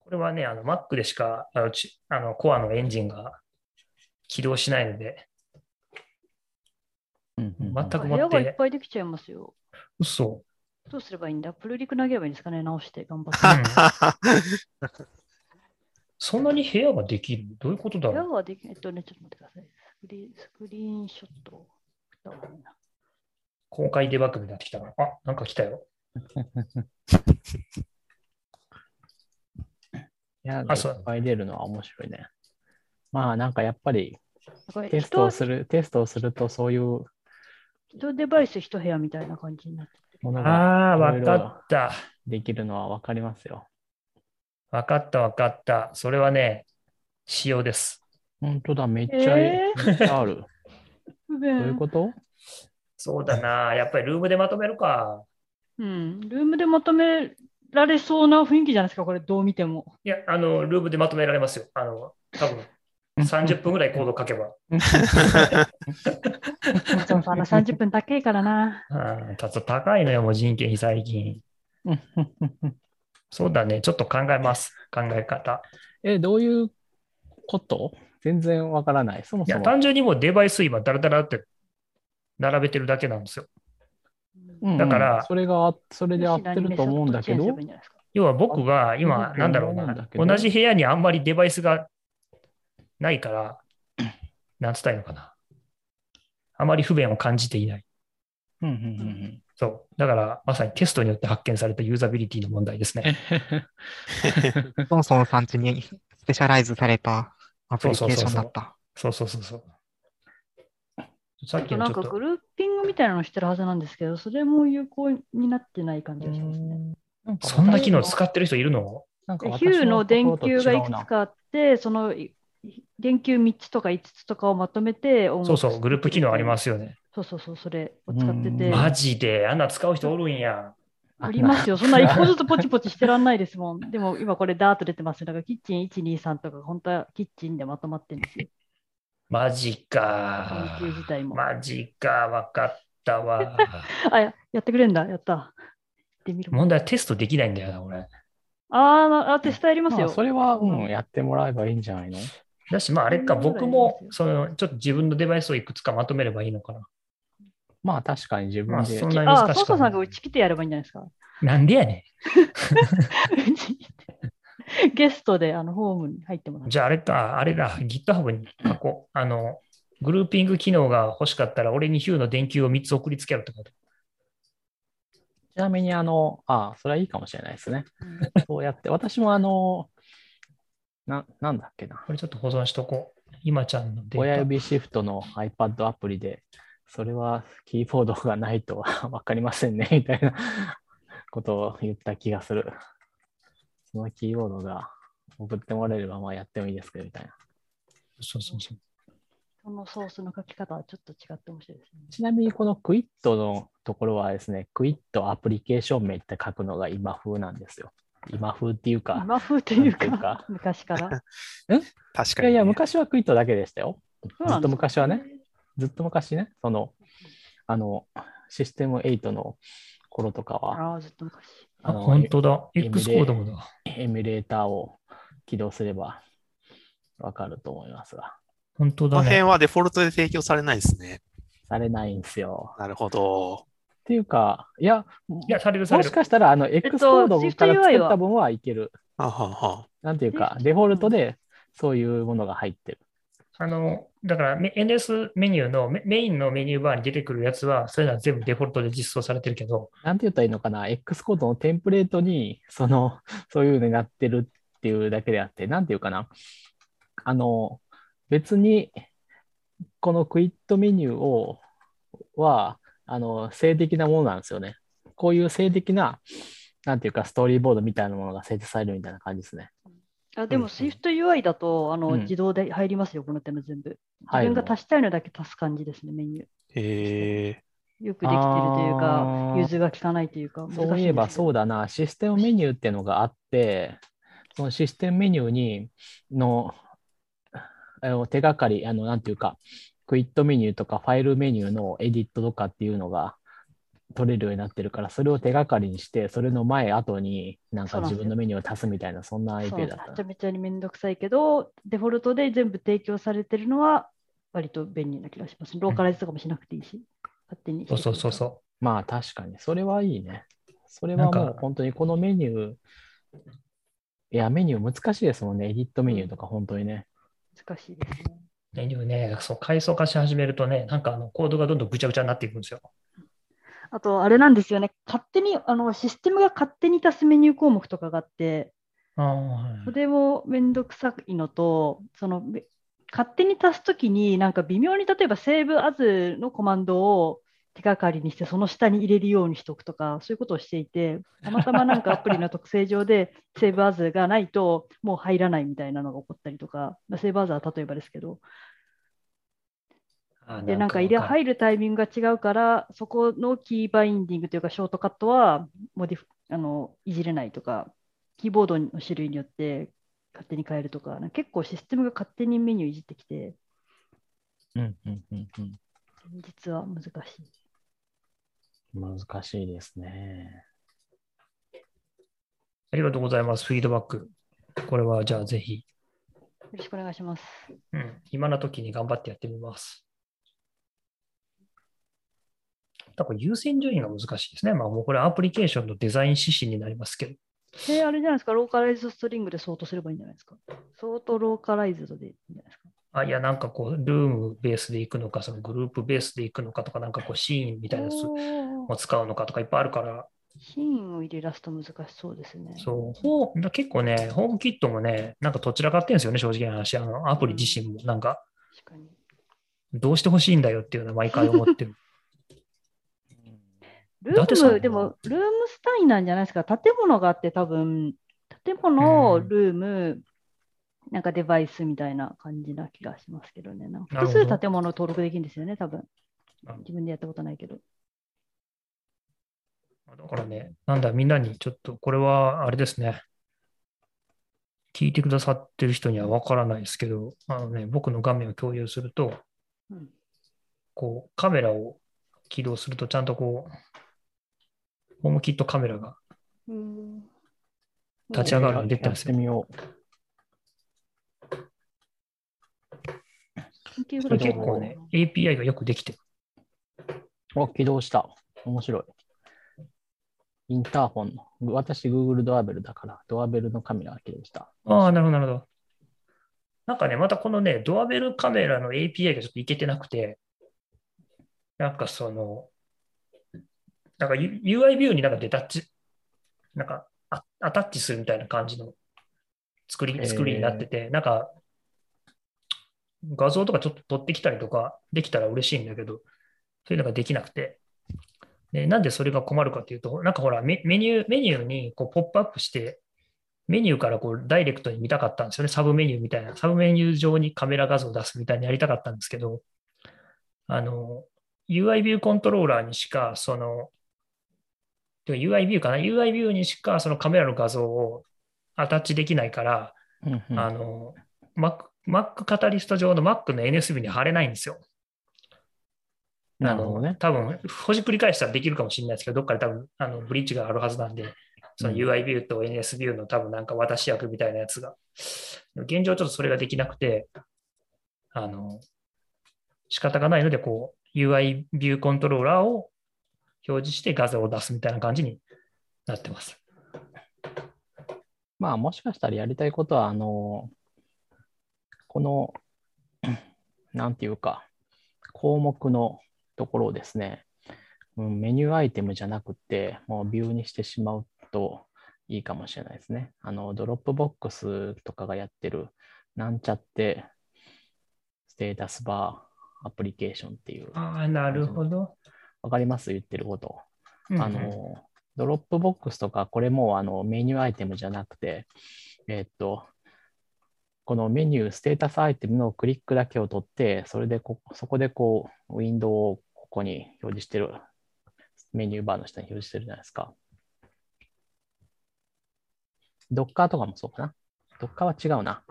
これはね、あの Mac でしかあのちあのコアのエンジンが起動しないので、
う。うんうんうん
全く
部
も
屋
っ、
がいってぱいできちゃいますよ。
嘘。
どうすればいいんだプルリク投げればいいんですかね直して頑 張っ
う
て。
んそんなに部屋ができるどういうことだ
部屋
ろう
はできえっとね、ちょっと待ってください。スクリーンスクリーンショットだわみんな
公開デバッグになってきたな。あ、なんか来たよ。
いや、いっ
あそう
ぱい出るのは面白いね。まあなんかやっぱり
これ
テスト
人
をする、テストをするとそういう
人デバイス一部屋みたいな感じになってる。
ものが
ああ、
いろ
わ
いろ
かった。
できるのはわかりますよ。
わかった、わかった。それはね、仕様です。
本当だ、めっちゃ、
え
めっちゃある。
不
どう
便
いうこと
そうだな。やっぱりルームでまとめるか。
うん。ルームでまとめら れそうな雰囲気じゃないですか、これどう見ても。
いや、あの、ルームでまとめられますよ。あの、多分30分ぐらいコード書けば。
松本さんの30分高いからな。
ああ、た高いのよ、もう人件費最近。そうだね、ちょっと考えます、考え方。
え、どういうこと全然わからない。そも
い
そ
や、
も。
単純にもうデバイス今、ダラダラって並べてるだけなんですよ。
うんうん
だから
それが、それで合ってると思うんだけど、
要は僕が今、
あ
なんだろ
そ
う
うなん
な
だ、けど
同じ部屋にあんまりデバイスがないから、なんつったらいいのかな。あまり不便を感じていない。
うんうんうんうん
そう。だから、まさにテストによって発見されたユーザビリティの問題ですね。
ソンソンさんちにスペシャライズされたアプリケーションだった。
そうそうそうそう。
さ
さっ
っ
き
き
の
な
ち
ん
ょ
か
っ
グ
と。
ルーピングみたいなのしてるはずなんですけど、それも有効になってない感じがしますね。
なんか
そんな機能
私
使ってる人いるの
なんか
で
私
ヒュー
と
の
こ
電
ろと
球がい
違
く
うな
つかあって、そのい電球3つとか5つとかをまとめて、。
そうそう、グループ機能ありますすよね。
そうそうそう、それを使って
うん。
て
マジで、あんな使う人おるんや。
ありますよ。そんな一個ずつポチポチしてらんないですもん。 でも今これダーッと出てますよ。だからキッチン123とか、本当はキッチンでまとまってるんですよ。
マジか。
電球自体も
マジか、わかったわ。
あ、ややってくれんだ。やった。やってみる。
問題はテストできないんだよな、俺。
あーなあ、テストやります
まあ
よ。
それは、うん、やってもらえばいいんじゃないの
だし、まあ、あれか、
そんなことな
僕
い
も
で、す
その、ちょっと自分のデバイスをいくつかまとめればいいのかな。
まあ確かに自
ま
分
あ、
で
そん。なに難しく
あ
な
あ、
い
ソーサさんがうち来てやればいいんじゃないですか。
なんでやね
うち来てゲストであのホームに入ってもら
ん。
う。
じゃあ、あれか、あれだ、GitHub に書こう。あの、グルーピング機能が欲しかったら、俺にヒューの電球を3つ送りつけろってこと。
ちなみに、あの、ああ、それはいいかもしれないですね。そうやって、私もあの、な、なんだっけな。
これちょっと保存しとこう。今ちゃんのデ
親
ータ。
指シフトの iPad アプリで、それはキーボードがないとは わかりませんね、みたいなことを言った気がする。そのキーボードが送ってもらえれば、まあやってもいいですけど、みたいな。
そうそうそう。
そのソースの書き方はちょっと違って面白いですね。
ちなみにこのクイットのところはですね、クイットアプリケーション名って書くのが今風なんですよ。今風っていうか、
今風という
なんていう
か
か、
昔から。
確かに
いや
ね。
いや、昔はクイットだけでしたよ。
そうなんですか
ずっと昔はね。ずっと昔ね、その、あの、システム8の頃とかは、
ああ、ずっと昔。
あ、
あの
本当だ。
エミで
X コードもだ。
エミュレーターを起動すればわかると思いますが、
本当
この
だ
辺
ね。
はデフォルトで提供されないですね。
されないんですよ。
なるほど。
っていうか、いや、
いや、されるさ
も
れ
し
る。
かしたら、あの、X コードから
SwiftUI は
作った分はいける。
はんはんはん
なんていうか、
で
デフォルトでそういうものが入ってる。
あの、だからメ NS メニューのメメインのメニューバーに出てくるやつは、それら全部デフォルトで実装されてるけど、
なんて言ったらいいのかな、X コードのテンプレートに、その、 そういうのになってるっていうだけであって、なんていうかな、あの、別に、このクイットメニューを、は、あの、性的なものなんですよね。こういう性的な、なんていうか、ストーリーボードみたいなものが生成されるみたいな感じですね。
あで
うん
も SwiftUI だとあの、
うん
自動で入りますよ、この手の全部。自
入る
分が足したいのだけ足す感じですね、メニュー。
へえ
よくできてるという
あ
か
ー、
融通が利かないというか、
そういえばそう
だ。
だな、システムメニューっていうのがあって、そのシステムメニューにのあの手がかり、あの、なんていうか、クイットメニューとかファイルメニューのエディットとかっていうのが取れるようになってるから、それを手がかりにして、それの前、後になん
そ
か
うなん
自
ですよ
分のメニューを足すみたいな、そんなアイ
そう
デ
め
ア
ち
だっ
ゃ
た。
めちゃにめんどくさいけど、デフォルトで全部提供されてるのは割と便利な気がします。ローカライズとかもしなくていいし、勝手に。
そうそうそうそう。
まあ確かに、それはいいね。それは
な
も
ん
う
か
本当にこのメニュー、いや、メニュー難しいですもんね、エディットメニューとか本当にね。
難しいですね。
メニューね、そう、階層化し始めるとね、なんかあのコードがどんどんぐちゃぐちゃになっていくんですよ。
あと、あれなんですよね、勝手にあのシステムが勝手に足すメニュー項目とかがあって、
ああ、はい
それもめんどくさいのと、そのめ勝手に足すときに、なんか微妙に例えば save as のコマンドを手がかりにして、その下に入れるようにしておくとか、そういうことをしていて、たまたまなんかアプリの特性上で save as がないともう入らないみたいなのが起こったりとか、まあ、save as は例えばですけど、
あー
で、なんか入れ
わる
入るタイミングが違うから、そこのキーバインディングというか、ショートカットはモディフあのいじれないとか、キーボードの種類によって勝手に変えるとか、なんか結構システムが勝手にメニューいじってきて、
うんうんうんうん。
実は難しい。
難しいですね。
ありがとうございます。フィードバック。これはじゃあぜひ、
よろしくお願いします。
うん、今の時に頑張ってやってみます。多分優先順位が難しいですね。まあもうこれアプリケーションのデザイン指針になりますけど。
えあれじゃないですか、ローカライズストリングでソートすればいいんじゃないですか。ソートローカライズドでいいんじゃないですか。
あ、いやなんかこう、ルームベースで行くのか、そのグループベースで行くのかとか、なんかこうシーンみたいなやつ
おー
を使うのかとかいっぱいあるから、
シーンを入れ出すと難しそうですね。
そう、ほう結構ね、ホームキットもね、なんかどちらかってんですよね、正直な話。あのアプリ自身も、なんか、
確かに。
どうしてほしいんだよっていうのは毎回思って る。
ル
伊達
ー
さんは
ム、でも、ルームスタインなんじゃないですか。建物があって、多分建物、
うん
ルーム、なんかデバイスみたいな感じな気がしますけどね。なんか
なる
複
ほど
数建物登録できるんですよね、多分
なるほど
自分でやったことないけど。
だからね、なんだ、みんなにちょっと、これはあれですね。聞いてくださってる人にはわからないですけど、あのね、僕の画面を共有すると、
うん
こう、カメラを起動すると、ちゃんとこう、ホームキットカメラが、立ち上がるの出てますよ
やってみよう。
緊急
こ
ブ
そ
ラウザ
れ結
ー
構ね、API がよくできてる。
お、起動した。面白い。インターホンの。私、Google ドアベルだから、ドアベルのカメラが起動した。
ああ、なるほど、なるほど。なんかね、またこのね、ドアベルカメラの API がちょっといけてなくて、なんかその、なんか U- UI ビューになんかデタッチ、なんかアアタッチするみたいな感じの作り、作りになってて、なんか画像とかちょっと取ってきたりとかできたら嬉しいんだけど、そういうのができなくて。で、なんでそれが困るかっていうと、なんかほら、メメニュー、メニューにこうポップアップして、メニューからこうダイレクトに見たかったんですよね。サブメニューみたいな。サブメニュー上にカメラ画像を出すみたいにやりたかったんですけど、あの、UI ビューコントローラーにしか、その、てか UI ビューかな ?UI ビューにしかそのカメラの画像をアタッチできないから、
うんうん
あの、Mac、Mac カタリスト上の Mac の NSB に貼れないんですよ。
なるほど
あ
ね
の。多分、ほじくり返したらできるかもしれないですけど、どっかで多分、あの、ブリッジがあるはずなんで、その
うん
UI ビューと NS ビューの多分なんか私役みたいなやつが。現状ちょっとそれができなくて、あの、仕方がないので、こう、UI ビューコントローラーを表示して画像を出すみたいな感じになってます。
まあ、もしかしたらやりたいことは、あの、この、 なんていうか、項目のところをですね、うんメニューアイテムじゃなくて、もうビューにしてしまうといいかもしれないですね。あの、ドロップボックスとかがやってる、なんちゃって、ステータスバーアプリケーションっていう、
ああ、なるほど。
わかります言ってること。
うん
あの、ドロップボックスとか、これもうあのメニューアイテムじゃなくて、えーっと、このメニュー、ステータスアイテムのクリックだけを取って、それでこ、そこでこう、ウィンドウをここに表示してる、メニューバーの下に表示してるじゃないですか。Docker とかもそうかな。Docker は違うな。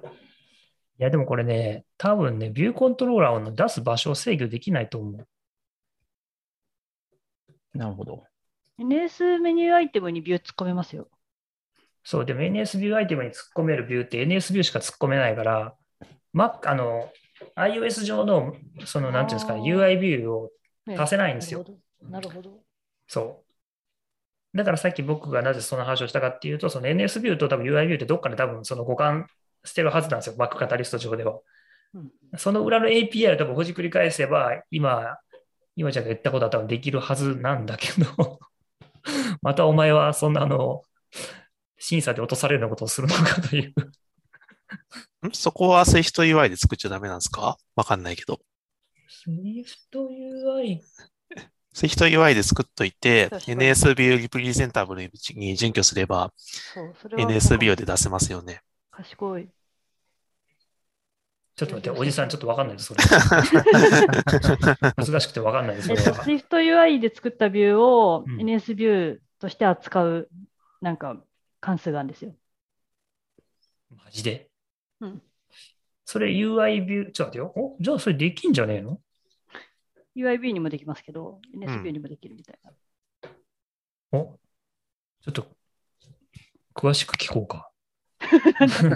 いや、でもこれね、多分ね、ビューコントローラーを出す場所を制御できないと思う。
なるほど。
NS メニューアイテムにビュー突っ込めますよ。
そう、でも NS ビューアイテムに突っ込めるビューって NS ビューしか突っ込めないから、Mac、あの、iOS 上の、その、なんていうんですか、
あー
UI ビューを
ね
出せないんですよ。。
なるほど。
そう。だからさっき僕がなぜその話をしたかっていうと、その NS ビューと多分 UI ビューってどっかで多分その互換してるはずなんですよ、Mac カタリスト上では。
うん
その裏の API を多分ほじくり返せば、今、今ちゃんが言ったことは多分できるはずなんだけど、 またお前はそんなあの、審査で落とされるようなことをするのかという。
んそこは Swift UI で作っちゃダメなんですかわかんないけど。
SwiftUI
Swift UI で作っといて、
確かに
NS ビューリプレゼンタブルに準拠すれば、
そう、それは
NS ビューで出せますよね。
賢い。
ちょっと待って、おじさんちょっとわかんないです、それ。難しくてわかんないです、
え
そ
っ
れ
と、
は。
SwiftUI で作ったビューを
うん
NS ビューとして扱う、なんか関数があるんですよ。
マジで。
うん
それ UI ビュー、ちょっと待ってよ。おじゃあそれできんじゃねえの
UIB にもできますけど、NSB にもできるみたいな。
おちょっと、詳しく聞こ うか。
えっ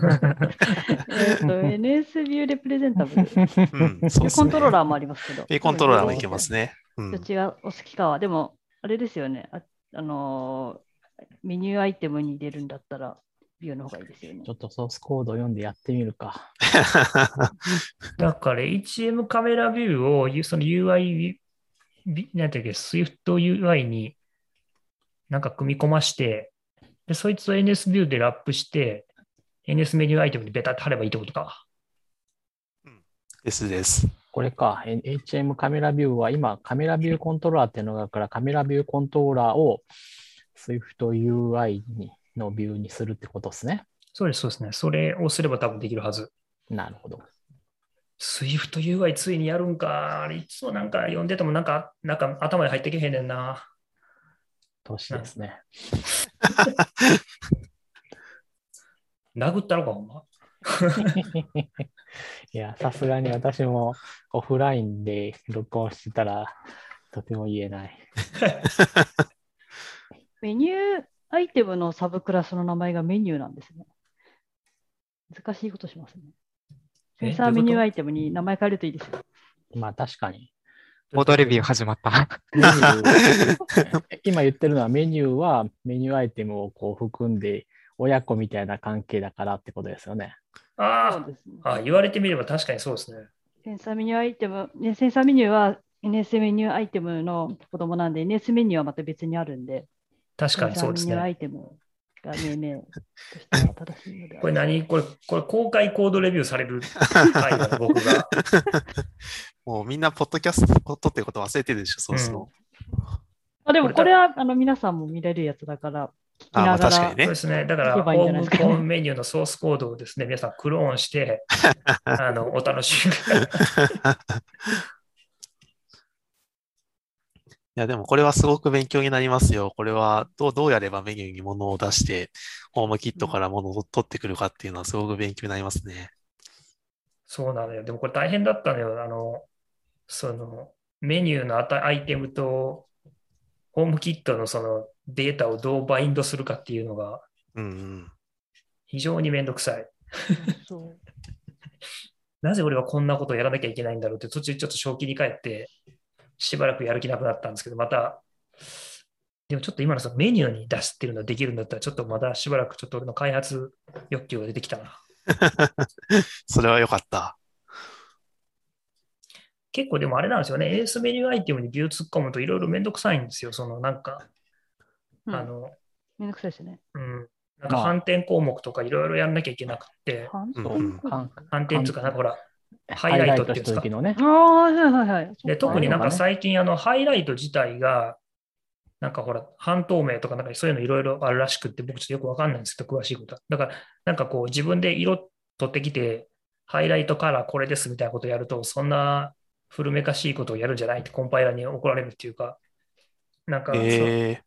と、NSB レプレゼンタブル。
うん、そうですね。
コントローラーもありますけど。
えコントローラーもいけますね。うん
どっちがお好きかは、でも、あれですよね。あ、あのーメニューアイテムに入れるんだったら、ビューの方がいいですよね
ちょ。っとソースコードを読んでやってみるか。
だから HM カメラビューをゆその UI、びなんていうっけ、Swift UI になんか組み込まして、でそいつを NS ビューでラップして、NS メニューアイテムにベタって貼ればいいってことか。
ですです。
これか、え HM カメラビューは今、カメラビューコントローラーっていうのがあるから、カメラビューコントローラーを SwiftUI にのビューにするってことですね。
そうです、そうですね。それをすれば多分できるはず。
なるほど。
Swift UI ついにやるんか。あれいつもなんか読んでてもなんか、なんか頭に入ってけへんねんな。
年ですね。
殴ったのか、ほんま。
いや、さすがに私もオフラインで録音してたら、とても言えない。
メニューアイテムのサブクラスの名前がメニューなんですね。難しいことしますね。センサーメニューアイテムに名前変えるといいですよ。
まあ確か に。
コードレビュー始まった。
メニュー今言ってるのはメニューはメニューアイテムをこう含んで、親子みたいな関係だからってことですよね。
そう
あ
ですね
あ、あ言われてみれば確かにそうですね。
センサーメニューアイテム、ね、センサーメニューは NS メニューアイテムの子供なんで、NS メニューはまた別にあるんで、
確か
セン
に
サ
そ
ー
う
メ
で
ニ
す
ューア
ね。
イテムが命名としては正しいのである。
これ何これ、これ公開コードレビューされる回だね、僕が。
もうみんな、ポッドキャストってこと忘れてるでしょ、そうそう。
あでもこれはあの皆さんも見れるやつだから、聞き
あま
な
あ
が
確からに
そ
ね
う。ですね。だか
聞
ら、
け
ホ
ばいいんじゃ
ー
ないで
ム
すかね
コンメニューのソースコードをですね、皆さんクローンして、あの、お楽しみ。
いや、でもこれはすごく勉強になりますよ。これはどう、どうやればメニューに物を出して、ホームキットから物を取ってくるかっていうのはすごく勉強になりますね。
そうなのよ。でもこれ大変だったのよ。あの、その、メニューのあたアイテムと、ホームキットのそのデータをどうバインドするかっていうのが
うんうん。
非常にめんどくさい。
そう
なぜ俺はこんなことをやらなきゃいけないんだろうって途中ちょっと正気に帰ってしばらくやる気なくなったんですけど、また、でもちょっと今のそのメニューに出すっていうのができるんだったら、ちょっとまだしばらくちょっと俺の開発欲求が出てきたな。
それは良かった。
結構でもあれなんですよね、エースメニューアイテムにビュー突っ込むといろいろめんどくさいんですよ。そのなんか、
うん
あの、
めんどくさいですね。
うん、なんか反転項目とかいろいろやんなきゃいけなくって、
反
うん
転
うん
あ
反転とか、なんかほら、ハ
ハ
イ
イ
ラ
ラ
イ
イ
ト
ト
っていうん
し
で
た
すか
時。のね
あ。ー、はいはいはい。
で
そっ
特にな
あ
んか
れと
最近あのハイライト自体がなんかほら半透明とかなんかそういうのいろいろあるらしくって僕ちょっとよくわかんないんですけど詳しいことは。だからなんかこう自分で色取ってきてハイライトカラーこれですみたいなことやるとそんな古めかしいことをやるんじゃないってコンパイラーに怒られるっていうかなんかそ,、
え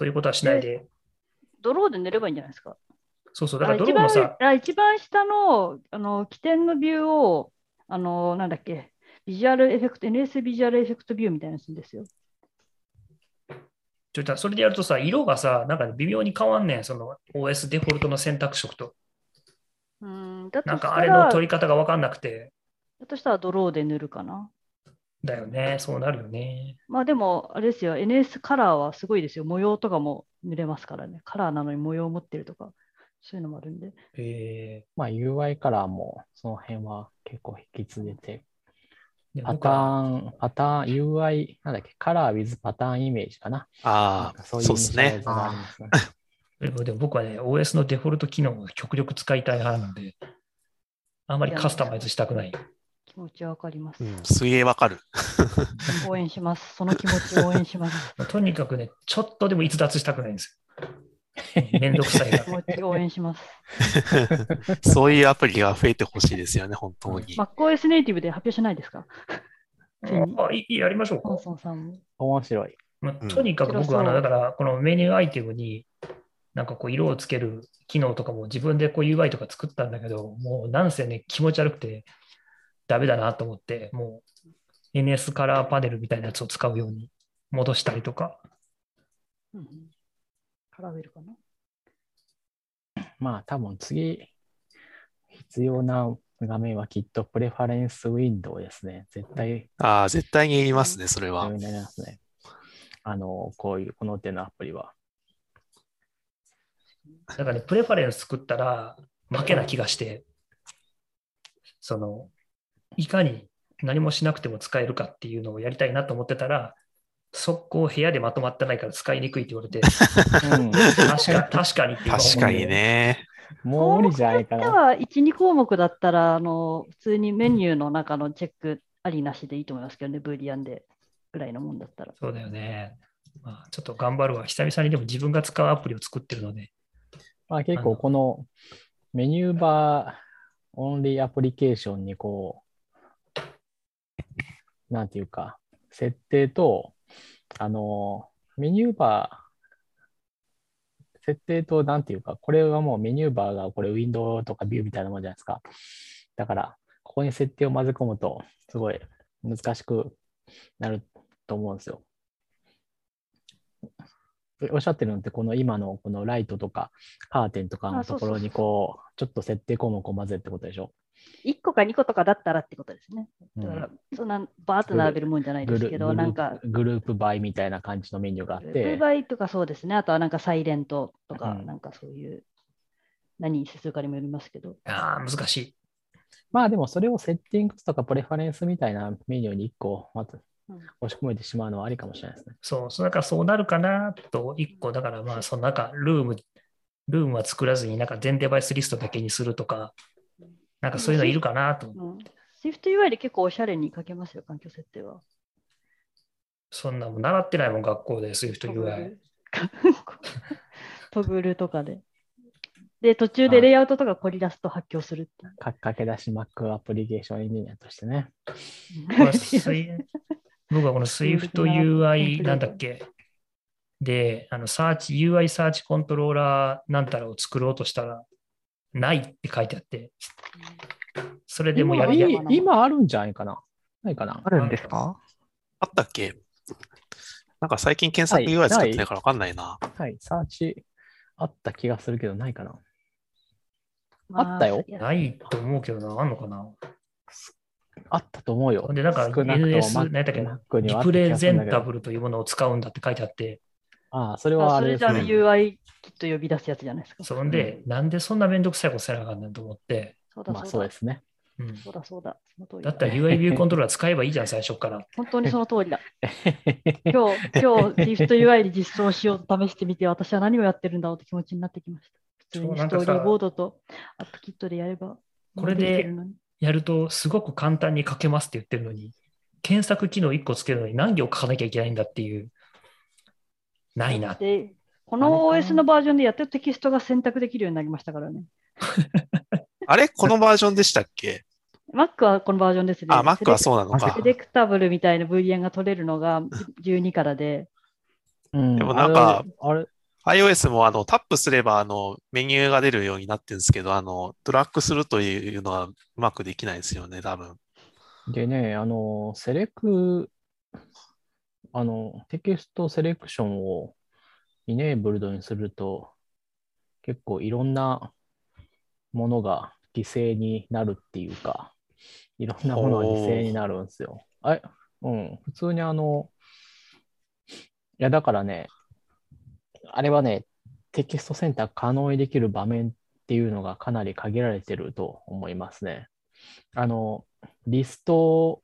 ういうことはしないで
ドローで塗ればいいんじゃないですか。
そうそうだか
あ
らド
一
ロー
番
ンもさ
あ一番下のあの起点のビューを、あのなんだっけ、ビジュアルエフェクト、NS ビジュアルエフェクトビューみたいなやつですよ。
ちょっとそれでやるとさ色がさなんか微妙に変わんねんその OS デフォルトの選択色と
うんだと
なん
した
からあれの取り方がわかんなくて
だとしたらドローで塗るかな。
だよねそうなるよね。
まあでも、あれですよ、NS カラーはすごいですよ。模様とかも塗れますからね。カラーなのに模様を持ってるとか、そういうのもあるんで。
え
まあ UI カラーもその辺は結構引き継いでて、
ーで
パ
なん
タ
か
ーン、パターン、UI、なんだっけ、カラー with パターンイメージかな。
ー、ああ、
そういう
そうです
イメージ
ね。
がありますね。
でもでも僕はね、OS のデフォルト機能を極力使いたい派なので、あんまりカスタマイズしたくない。
気持ちはわかります
う。ん、すげえわかる。
応援します。その気持ちを応援 します。
とにかくね、ちょっとでも逸脱したくないんですよ。めんどくさいな
気。持ちを応援します。
そういうアプリが増えてほしいですよね、本当に。
MacOS ネイティブで発表しないですか
あいい、やりましょう
ホン
か。
ソンさんも。
面白い。
まあ
うん
とにかく僕はあの、
面白そ
だ
う
から、このメニューアイテムに、なんかこう色をつける機能とかも自分でこう UI とか作ったんだけど、もうなんせね、気持ち悪くてダメだなと思って、もう NS カラーパネルみたいなやつを使うように戻したりとか。
うん、カラーウェルかな。
まあ多分次必要な画面はきっとプレファレンスウィンドウですね。絶対。
ああ、絶対にいりますね、それは。
になりますね。あの、こういう、この手のアプリは。
なんかね、プレファレンス作ったら負けな気がして、その、いかに何もしなくても使えるかっていうのをやりたいなと思ってたら、速攻部屋でまとまってないから使いにくいって言われて、うん、確か確かにって
確かにね。
もう無理じゃないかな。
は1、2項目だったらあの、普通にメニューの中のチェックありなしでいいと思いますけどね、ブーリアンでぐらいのもんだったら。
そうだよね。まあ、ちょっと頑張るわ。久々にでも自分が使うアプリを作ってるので。
まあ、結構このメニューバーオンリーアプリケーションにこう、なんていうか、設定と、あの、メニューバー、設定と、なんていうか、これはもうメニューバーが、これ、ウィンドウとかビューみたいなもんじゃないですか。だから、ここに設定を混ぜ込むと、すごい難しくなると思うんですよ。おっしゃってるのって、この今のこのライトとかカーテンとかのところに、こう、ちょっと設定項目を混ぜるってことでしょ。
1個か2個とかだったらってことですね。だから、そんなバーッと並べるもんじゃないですけど、なんか。
グループバイみたいな感じのメニューがあって。グル
ープバイとかそうですね。あとはなんかサイレントとか、うん、なんかそういう、何に接するかにもよりますけど。
ああ、難しい。
まあでもそれをセッティングとかプレファレンスみたいなメニューに1個、まず押し込めてしまうのはありかもしれないですね。
そう、そだからそうなるかなと、1個、だからまあ、その中、ルーム、ルームは作らずに、なんか全デバイスリストだけにするとか、なんかそういうのいるかなと思って。
SwiftUI で結構おしゃれに書けますよ、環境設定は。
そんなもん習ってないもん、学校で SwiftUI。
トグルとかで。で、途中でレイアウトとか凝り出すと発狂するって
か。駆け出し Mac アプリケーションエンジニアとしてね。
僕はこの SwiftUI なんだっけで、あのサーチ、UI サーチコントローラーなんたらを作ろうとしたら、ないって書いてあって、それでもや
りや今あるんじゃないかなないかな
あるんですか
あったっけなんか最近検索 UI 作ってないからわかんないな、
はい。はい、サーチあった気がするけど、ないかな、あ、ったよ。
ないと思うけどな、あんのかな
あったと思うよ。
で、なんか NS、何だっけリプレゼンタブルというものを使うんだって書いてあって、
ああ、それはあれ
ですね。それじゃあ UI きっと呼び出すやつじゃないですか。
そんで、うん、なんでそんなめんどくさいことせなあかんねんと思って。
そうだ
まあそうですね。
うん、そうだそうだ。その通り
だったら UI ビ ューコントローラー使えばいいじゃん、最初から。
本当にその通りだ。今日、今日、リフト UI で実装しようと試してみて、私は何をやってるんだろうって気持ちになってきました。普通にストーリーボードとアップキットでやれば。
これでやると、すごく簡単に書けますって言ってるのに、検索機能1個つけるのに何行書かなきゃいけないんだっていう。ないな。
で、この OS のバージョンでやってるテキストが選択できるようになりましたからね。
あれこのバージョンでしたっけ
?Mac はこのバージョンですね。
あ、Mac はそうなのか。
セレクタブルみたいな VDN が取れるのが12からで。
うん、でもなんか、あれあれ iOS もあのタップすればあのメニューが出るようになってるんですけど、あのドラッグするというのはうまくできないですよね、多分。
でね、あの、セレクあの、テキストセレクションをイネーブルドにすると、結構いろんなものが犠牲になるっていうか、いろんなものが犠牲になるんですよ。あれうん、普通にあの、いやだからね、あれはね、テキスト選択可能にできる場面っていうのがかなり限られてると思いますね。あの、リスト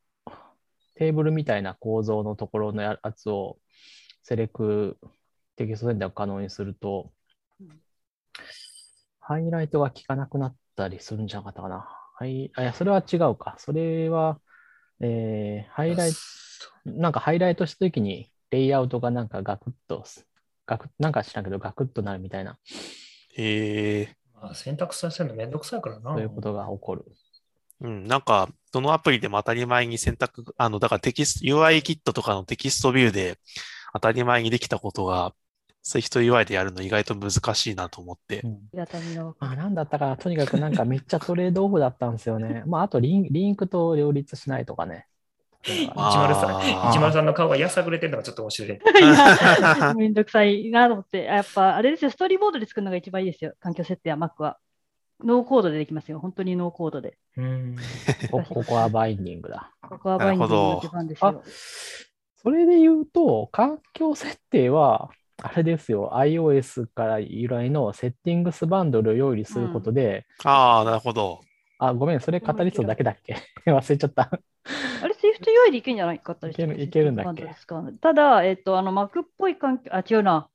テーブルみたいな構造のところのやつをセレクテキスト選択可能にすると、ハイライトが効かなくなったりするんじゃなかったかな。はい、あいやそれは違うか。それは、えー、ハイライト、なんかハイライトしたときに、レイアウトがなんかガクッと、ガクなんかしなけどガクッとなるみたいな。
へえ
ー。選択させるのめんどくさいからな。
そういうことが起こる。
うん、なんか、どのアプリでも当たり前に選択、あの、だからテキスト、UI キットとかのテキストビューで当たり前にできたことが、セキト UI でやるの意外と難しいなと思って。
平たみの。
まあ、なんだったか、とにかくなんかめっちゃトレードオフだったんですよ ね。まあ、あとリンリンクと両立しないとかね。
あー
103さんの顔がやさぐれてるのがちょっと面白い。
いや めんどくさいなと思って、やっぱあれですよ、ストーリーボードで作るのが一番いいですよ、環境設定は Mac は。ノーコードでできますよ、本当にノーコードで。
うん
こここはバインディングだ。
ここはバインディングの基盤です
あ
よ。、
それで言うと、環境設定は、あれですよ、iOS から由来のセッティングスバンドルを用意することで、
ああ、なるほど。
あ、ごめん、それカタリストだけだっけ 忘れちゃった。
あれ、SwiftUI でいけんじゃないかったり
いけるいけるんだっけ
ただ、えっと、あの Mac っぽい環境、あ、違うな。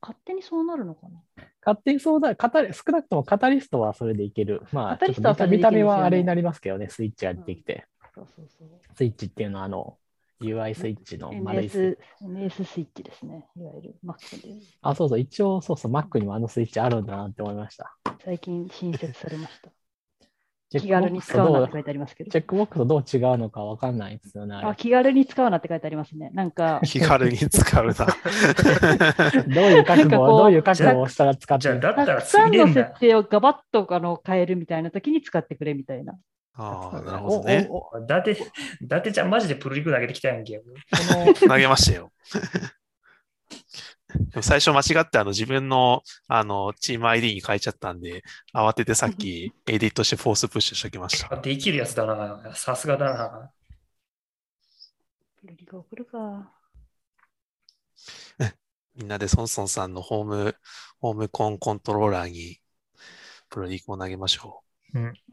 勝手にそうなるのかな。
勝手にそうだ、カタリ少なくともカタリストはそれでいける。まあ、
カタリストは
ちょっと
そ
見
れでい
た
け
見た目
るんですよね
はあれになりますけどね、スイッチが出てきて。
そうそうそう。
スイッチっていうのは、あの、UI スイッチの丸いスイッチ
NS, NS スイッチですね、いわゆる Mac で。
あ、そうそう、一応、そうそう、Mac にもあのスイッチあるんだなって思いました。
最近新設されま した。
チェ
気
ックボ
軽
ッ
に
クス
使う
と
な
ど
って書
う、
いてありますけど
チェ。ックボックスとどう違うのかわかんないですよね、あれ
あ気軽に使うなって書いてありますね。なん か、
気軽に使 うな。
どういう覚
なんか
悟
こ
を、
う
どういう覚悟をしたら使っ
じ
て
ゃあ、だった
た
ら
くさ
次
ん
で
の
んだ
設。定をガバッとあの変えるみたいな時に使ってくれみたいな。
ああ、なる
お
ほどね。
おお
伊達、伊達ちゃんマジでプルリク投げてきたやんけ。
その
投げましたよ。 でも最初間違ってあの自分のあのチーム ID に変えちゃったんで、慌ててさっきエディットしてフォースプッシュしておきました。
できるやつだな。さすがだな。
古着が送るか。
みんなでソンソンさんのホーム、ホームコンコントローラーにプロリコを投げましょ。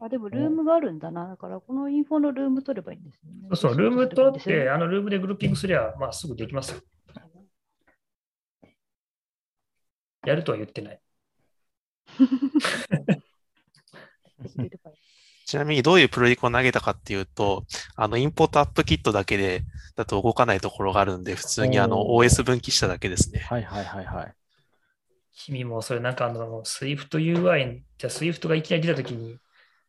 あでも、ルームがあるんだな。だから、このインフォのルーム取ればいいんですよね。
そう、ルーム取っ
そう
て、あのルームでグルーピングすりゃ、まあすぐできますよ。やるとは言ってない。
できればいいう
ちなみにどういうプロリコを投げたかっていうと、あのインポートアップキットだけで、だと動かないところがあるんで、普通にあの
おー
OS 分岐しただけですね。
はいはいはいはい。
君もそれなんかあの、Swift UI、じゃあ Swift がいきなり出たときに、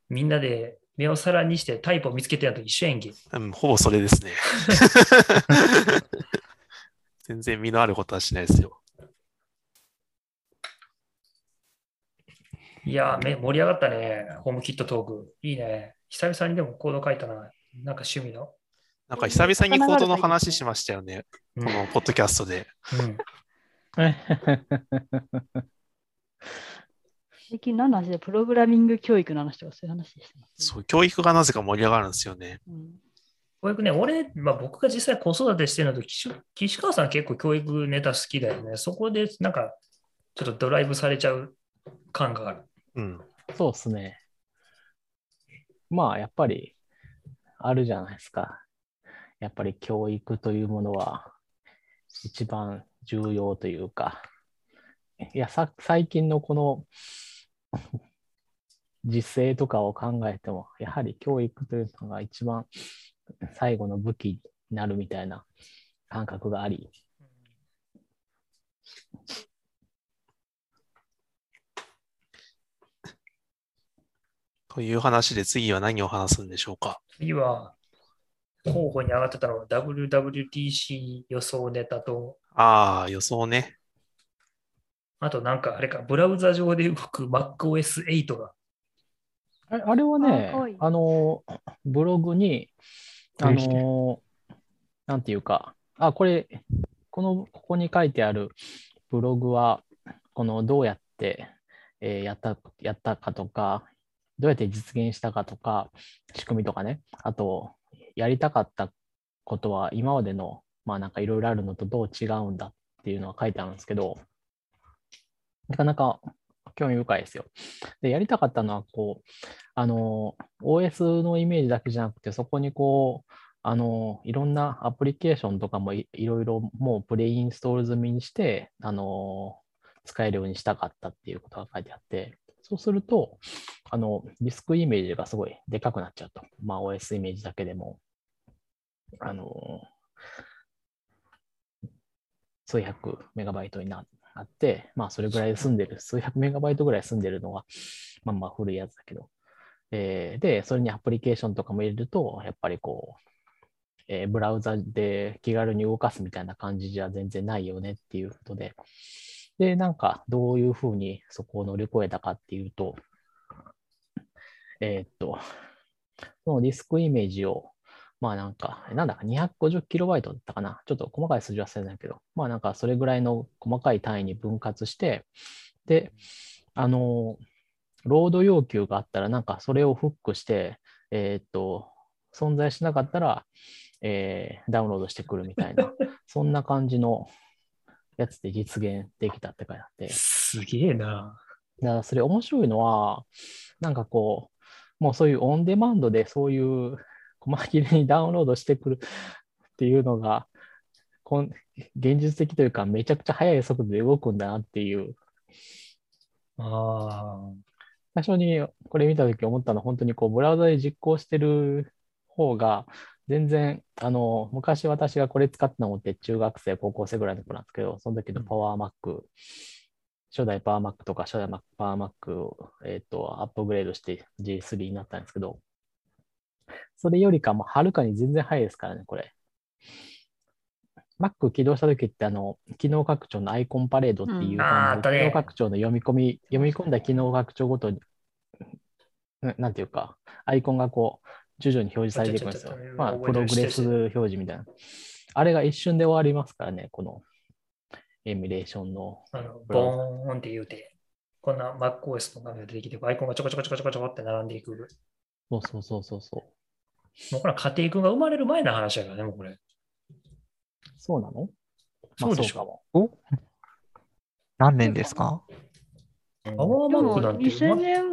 みんなで目を皿にしてタイプを見つけてやると一緒やんけ。
うん、ほぼそれですね。全然身のあることはしないですよ。
いやーめ、盛り上がったね。ホームキットトーク。いいね。久々にでもコード書いたな。なんか趣味の。
なんか久々にコードの話しましたよね。
う
こ
ん
のポッドキャストで。
うん、
最近何の話でプログラミング教育の話とかそういう話してます、
そう、教育がなぜか盛り上がるんですよね。
うん
教育ね、俺、まあ、僕が実際子育てしてるのと、岸岸川さん結構教育ネタ好きだよね。そこでなんか、ちょっとドライブされちゃう感がある。
うん。
そうですね。まあ、やっぱり、あるじゃないですか。やっぱり教育というものは、一番重要というか、いや、さ、最近のこの、実勢とかを考えても、やはり教育というのが一番最後の武器になるみたいな感覚があり、
という話で次は何を話すんでしょうか。
次は、候補に上がってたのは WWDC 予想ネタと、
ああ、予想ね。
あとなんかあれか、ブラウザ上で動く MacOS8 が。
あれあれはね
あかわいい、
あの、ブログに、あ
出てき
の、なんていうか、あ、これ、この、ここに書いてあるブログは、この、どうやって、えーやった、やったかとか、どうやって実現したかとか、仕組みとかね、あと、やりたかったことは、今までの、まあなんかいろいろあるのとどう違うんだっていうのは書いてあるんですけど、なかなか興味深いですよ。で、やりたかったのは、こう、あの、OS のイメージだけじゃなくて、そこにこう、あの、いろんなアプリケーションとかもいいろいろもうプレイインストール済みにして、あの、使えるようにしたかったっていうことが書いてあって、そうすると、あの、ディスクイメージがすごいでかくなっちゃうと。まあ、OS イメージだけでも、あの、数百メガバイトになあって、まあ、それぐらいで済んでる、数百メガバイトぐらい済んでるのが、まあまあ古いやつだけど、えーで、それにアプリケーションとかも入れると、やっぱりこう、えーブラウザで気軽に動かすみたいな感じじゃ全然ないよねっていうことで、で、なんかどういうふうにそこを乗り越えたかっていうと、えーっと、そのディスクイメージを、まあなんか、なんだか 250KB だったかな。ちょっと細かい数字は忘れないけど、まあなんかそれぐらいの細かい単位に分割して、で、あの、ロード要求があったら、なんかそれをフックして、えーっと、存在しなかったら、えーダウンロードしてくるみたいな、そんな感じのやつで実現できたって書いてあって。
すげえな。
だからそれ面白いのは、なんかこう、もうそういうオンデマンドでそういう細切れにダウンロードしてくるっていうのが、こん現実的というか、めちゃくちゃ速い速度で動くんだなっていう、
あ
最初にこれ見たとき思ったのは、本当にこうブラウザで実行してる方が、全然、あの、昔私がこれ使ってたのって中学生、高校生ぐらいの子なんですけど、その時のパワーマック、初代パワーマックとか初代パワーマックを、えっとアップグレードして G3 になったんですけど、それよりかもはるかに全然早いですからね、これ。Mac 起動した時って、あの、機能拡張のアイコンパレードっていう、
うん
あー
あ
あっ
の
たね
機能拡張の読み込み、読み込んだ機能拡張ごとに、ななんていうか、アイコンがこう、徐々に表示されていくんです
ちょ
よ
ちょちょ。
まあ、
覚
プ
えて
ロ
る
グレス表示みたいな。あれが一瞬で終わりますからね、このエミュレーションの。
あ。あの、ボーンって言うて、こんな MacOS の画面が出てきて、アイコンがちょこちょこちょこちょこちょこって並んでいく。
そうそうそうそうそう。
もうこれは家庭君が生まれる前の話やからね、もうこれ。
そうなの
そうでしょ。
ょ。
何年ですか
パワーマックなんて
2000年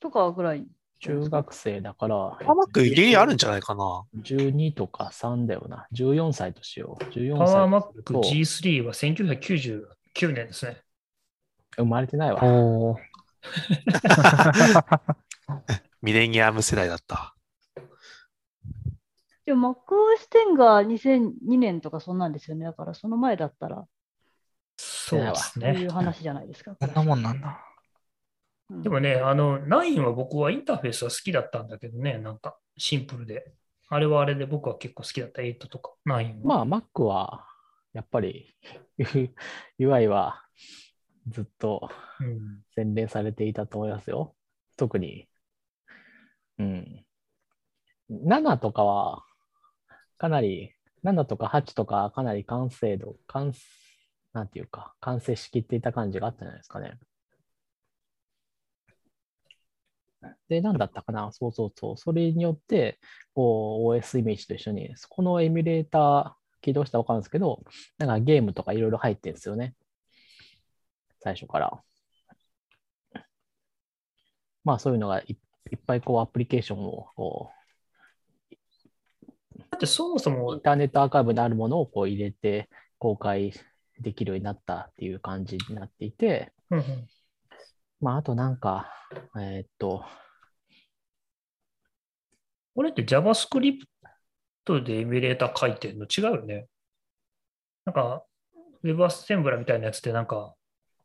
とかぐらい。
中学生だから、
パワーマックギリあるんじゃないかな。
12とか3だよな。14歳としよう。14
パ
歳と
ワーマッ
する
ク
と
G3 は1999年ですね。
生まれてないわ。
おお。
ミレニアム世代だった。
でも MacOS 10が2002年とかそんなんですよね。だからその前だったら、
そうです
そうい
ね
う。話じゃないです か。
こんなもんなんだ。
うん
でもね、あの、9は僕はインターフェースは好きだったんだけどね、なんかシンプルで。あれはあれで僕は結構好きだった、8とか9は。
まあ、Mac は、やっぱり、UI はずっと
うん、
洗練されていたと思いますよ。特に。うん。7とかは、かなり、7とか8とか、かなり完成度、完、なんていうか、完成しきっていた感じがあったんじゃないですかね。で、なんだったかなそうそうそう。それによって、こう、OS イメージと一緒に、このエミュレーター起動したらわかるんですけど、なんかゲームとかいろいろ入ってるんですよね。最初から。まあそういうのがいいっぱいこうアプリケーションをこ
だってそもそう
イ
も
ン、ターネットアーカイブにあるものをこう入れて公開できるようになったっていう感じになっていて、
うんうん
まああとなんか、えーっと、
これって JavaScript でエミュレーター書いてるの違うよね。なんか、WebAssembler みたいなやつでなんか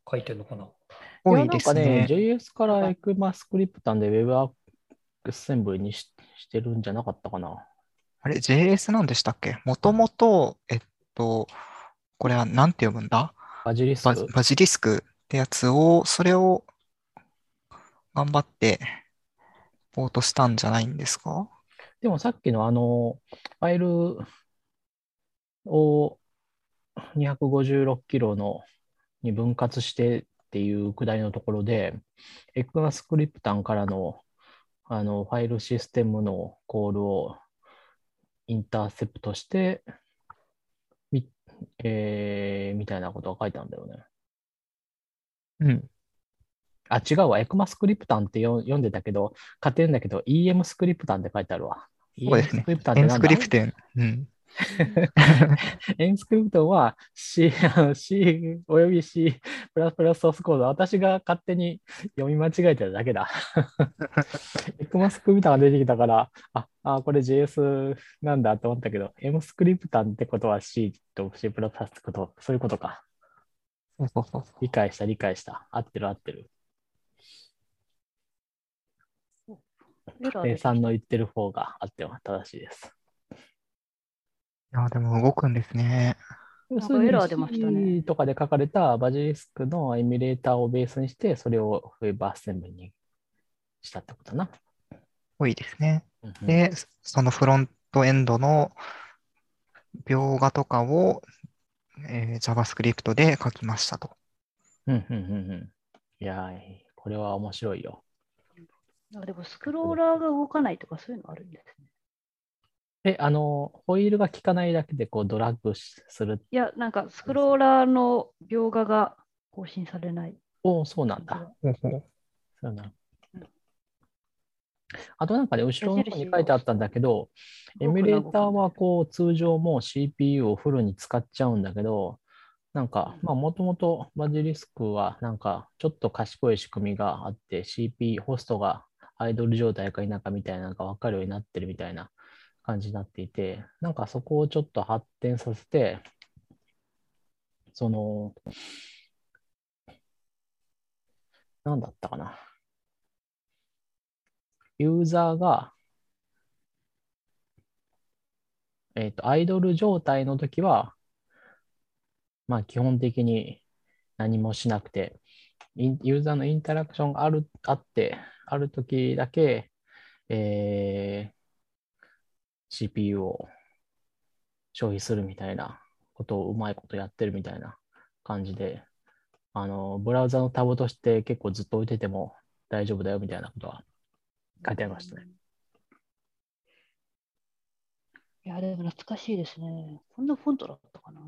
書いてるのかな。
多
いや
いです
なん
ね
か。ね、JS から ECMAScript で WebAssembly にししてるんじゃなかったかな。
あれ、JS なんでしたっけもともと、えっと、これは何て読むんだ
バジリス
バ
ク。
バジリスクってやつを、それを頑張ってポートしたんじゃないんですか
でもさっきのあの、ファイルを256キロのに分割してっていうくだりのところで、エクマスクリプタンからのあのファイルシステムのコールをインターセプトして、み、えーみたいなことが書いてあるんだよね。
うん。
あ、違うわ。エクマスクリプタンってよ読んでたけど、買ってるんだけど、EM スクリプタンって書いてあるわ。
そうです
EM
ね
スクリプタンっ
エ
て
ン
な
ス
ん
ク
だ
リプテン。うん。
エンスクリプトは C、あの C および C プラスプラスソースコード。私が勝手に読み間違えてるだけ だ。エクマスクリプタンが出てきたから、あ、あこれ JS なんだと思ったけど、M スクリプタンってことは C と C プラスプラスってこと、そういうことか。
そうそうそうそう。
理解した、理解した。合ってる、合ってる。
エラー
え
で
さんの言ってる方が合っては正しいです。
や、でも動くんですね。
要す
なん
る
か
に
エラー出ましたね
C とかで書かれたバジリスクのエミュレーターをベースにして、それをウェブアッセンブルにしたってことな。
多いですね。
うんうん
で、そのフロントエンドの描画とかを、えー JavaScript で書きましたと。
うんうんうんうんいやー、これは面白いよ。
あでもスクローラーが動かないとかそういうのあるんですね。
え、あの、ホイールが効かないだけでこうドラッグしする。
いや、なんかスクローラーの描画が更新されない。
おお、そうなんだ。そうだな
うん。
あとなんかね、後ろの方に書いてあったんだけど、エミュレーターはこう通常もう CPU をフルに使っちゃうんだけど、なんか、まあもともとバジリスクはなんかちょっと賢い仕組みがあって、CP、ホストがアイドル状態か否かみたいなのが分かるようになってるみたいな感じになっていて、なんかそこをちょっと発展させて、その、なんだったかな。ユーザーが、えっと、アイドル状態の時は、まあ、基本的に何もしなくて、インユーザーのインタラクションがある、あって、ある時だけ、えー CPU を消費するみたいなことをうまいことやってるみたいな感じで、あの、ブラウザのタブとして結構ずっと置いてても大丈夫だよみたいなことは書いてありましたね。
いや、でも懐かしいですね。こんなフォントだったかな。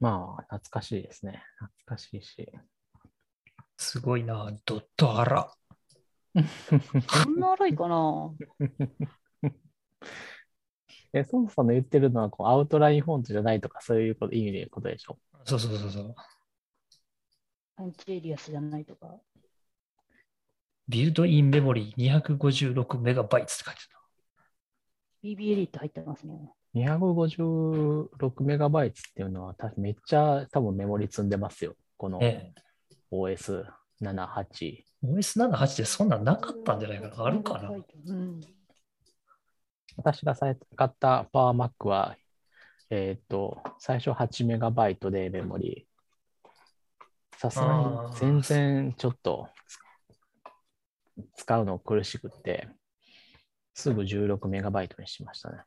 まあ、懐かしいですね。懐かしいし。
すごいな、ドットあら。
こんな荒いかな。
え、そもそも言ってるのは、こう、アウトラインフォントじゃないとか、そういうこと、意味で言うことでしょ。
そうそうそうそう。
アンチエリアスじゃないとか。
ビルドインメモリー256メガバイツって書いて
BBL って入ってますね。
256メガバイツっていうのは、ためっちゃ多分メモリ積んでますよ。こ
た。
の
ね
OS78。
OS78 でそんなんなかったんじゃないかな。あるかな。
うん。
私が使ったパワーマックは、えーっと、最初8メガバイトでメモリ。さすが
あー
に全然ちょっと使うの苦しくって、すぐ16メガバイトにしましたね。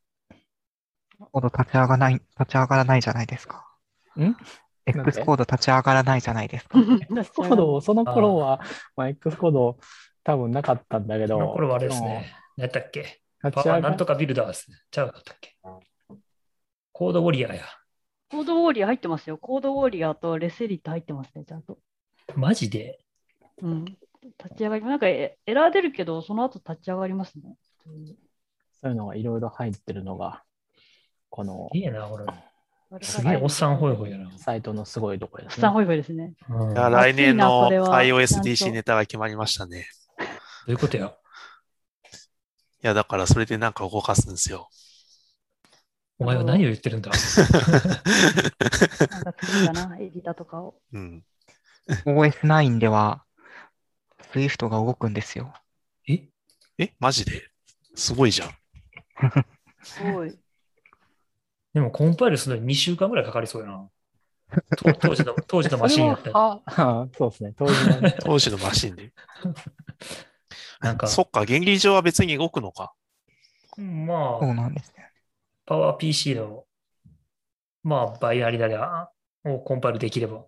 コード立ち上がない、立ち上がらないじゃないですか。
ん
?X コード立ち上がらないじゃないですか。
X コード、 その頃は、まあ、X コード多分なかったんだけど、
この頃はあれですね。何やったっけ
でも。
パ
立ち上
ワー
が
なんとかビルダーですね。ちゃうかったっけコードウォリアーや。
コードウォーリアー入ってますよ。コードウォーリアーとレセリって入ってますね、ちゃんと。
マジで
うん。立ち上がり、なんかエエラー出るけど、その後立ち上がりますね。普通に
そういうのがいろいろ入ってるのが、この
いいな、これ。す
げえ
おっさんホイホイやな
サイトのすごいところ
お
で
っ
す
さ
ね
ん。ホイホイですね。
うん、
いや
ど
来年の
それは
iOSDC ネタが決まりましたね。
ういうことや。
いや、だからそれでなんか動かすんですよ。
お前は何を言ってるんだ
なんか作るか な、エディターとかを。
うん。
OS9 では Swift が動くんですよ。
え
え、マジですごいじゃん。
すごい。
でもコンパイルするのに2週間ぐらいかかりそうやな。と当時の当時のマシンやったら。
あ あそうですね、当時のね
当時のマシンで。
なんか、
そっか、原理上は別に動くのか。
ま
そう
あ、
なんですね。
パワー PC の、まあ、バイナリだで、あをコンパイルできれば。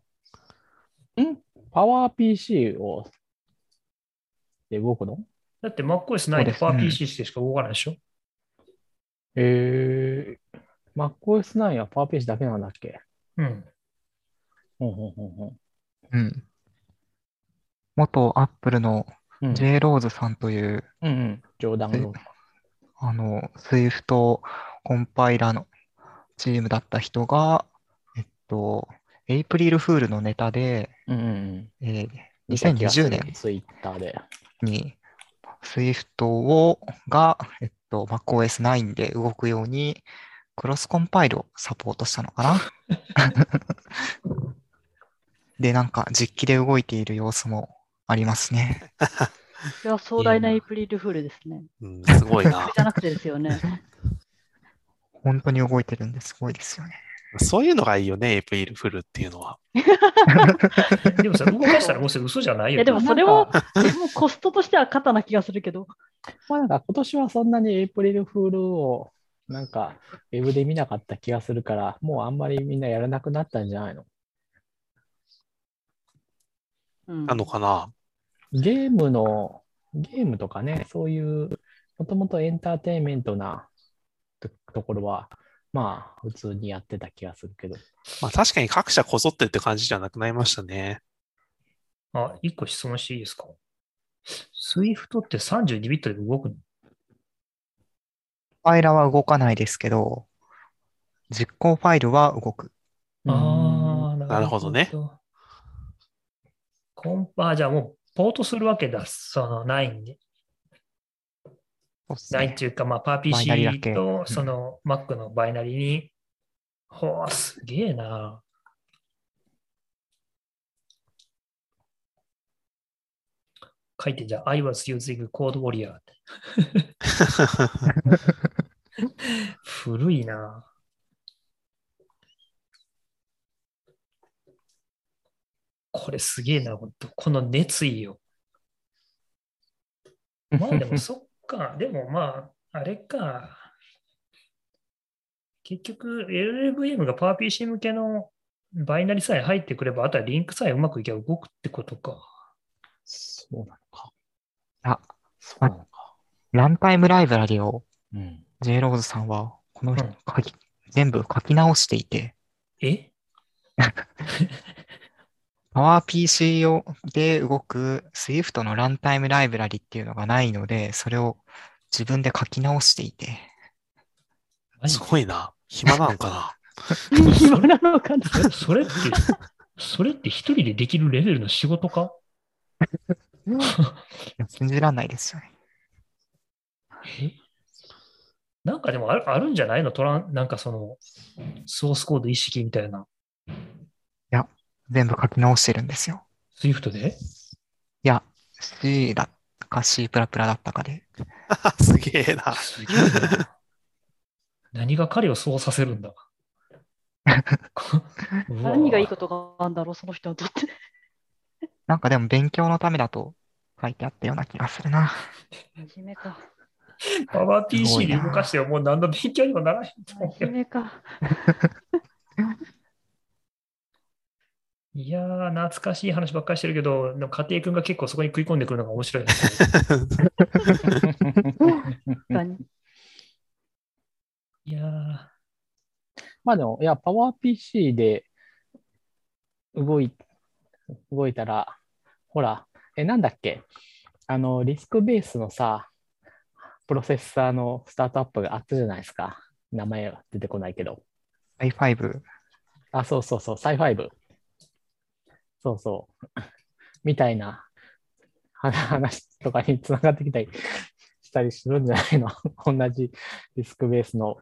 パワー PC をで動くの
だって真っ OS ないでパ
そう
ワ
です
ー
ね
PC してしか動かないでしょ、
えー、MacOS9 はパワー PC だけなんだっけ
うん。
うんうんうん
うん。元 Apple の
うん。うん
J ローズさんという、
うんうん、冗談の。
あの、Swift コンパイラーのチームだった人が、えっと、エイプリルフールのネタで、
うんうんうん。
えー2020年
ツイッターで。
に Swift をが、えっと、MacOS9 で動くようにクロスコンパイルをサポートしたのか なで、なんか実機で動いている様子もありますね。
それは壮大なエイプリルフールですね。
うん、すごいな
じ。ゃなくてですよね。
本当に動いてるんですごいですよね。
そういうのがいいよね、エイプリルフールっていうのは。
でもさ、動かしたらもうそれ嘘じゃない
い
よ。
や、でも
ね
それも、それもコストとしては肩な気がするけど、
まあなんか今年はそんなにエイプリルフールをなんかウェブで見なかった気がするから、もうあんまりみんなやらなくなったんじゃないの
うん
なのかな。
ゲームの、ゲームとかね、そういう、もともとエンターテインメントなとところは、まあ普通にやってた気がするけど。
まあ確かに各社こぞってって感じじゃなくなりましたね。
あ、一個質問していいですか ?Swift って32ビットで動くの
ファイラは動かないですけど、実行ファイルは動く。
ああ、
なるほどね。
コンパ、じゃあもうポートするわけだ、そのないんで。
そうっす
ない
ね
っていうか、まあ、パー
バイナリだ
PC
け
と
うん
その Mac のバイナリに。ほう、すげえな。書いてじゃあ、I was using Code Warrior って。古いな。これすげえな、ほんとこの熱意を。まあでもそっか、でもまあ、あれか。結局、LLVM が PowerPC 向けのバイナリさえ入ってくれば、あとはリンクさえうまくいけば動くってことか。
そうなのか。
あ、
そうなのか。
ランタイムライブラリを
うん。
j ローズさんは、この人
うん
書き、全部書き直していて、
え
パワー PC をで動く Swift のランタイムライブラリっていうのがないので、それを自分で書き直していて、
マジ
す
で
ごいな。暇なんかな。
暇なのかな。
えそれって、それって一人でできるレベルの仕事か
信じらんないですよね。
なんかでもあるあるんじゃないのトランなんかその、ソースコード意識みたいな、
全部書き直してるんですよ。
Swift で。
いや、C だか C プラプラだったかで。
すげえな。
すげえな何が彼をそうさせるんだ
何がいい
と
ことがあるんだろう、その人にとって。
なんかでも勉強のためだと書いてあったような気がするな。
真面目か。
パワー
すご
PC
い
で
な
動かしてはもう何の勉強にもならへんと思う
真
よ
面。目か。
いやー、懐かしい話ばっかりしてるけど、でも家庭君が結構そこに食い込んでくるのが面白いね。
他に
いやー、
まあでも、いや、パワー PC で動い、動いたら、ほら、え、なんだっけあの、リスクベースのさ、プロセッサーのスタートアップがあったじゃないですか。名前は出てこないけど。
i5、
あ、そうそうそう、サイファイブ。そうそう。みたいなは話とかにつながってきたりしたりするんじゃないの 同じリスクベースの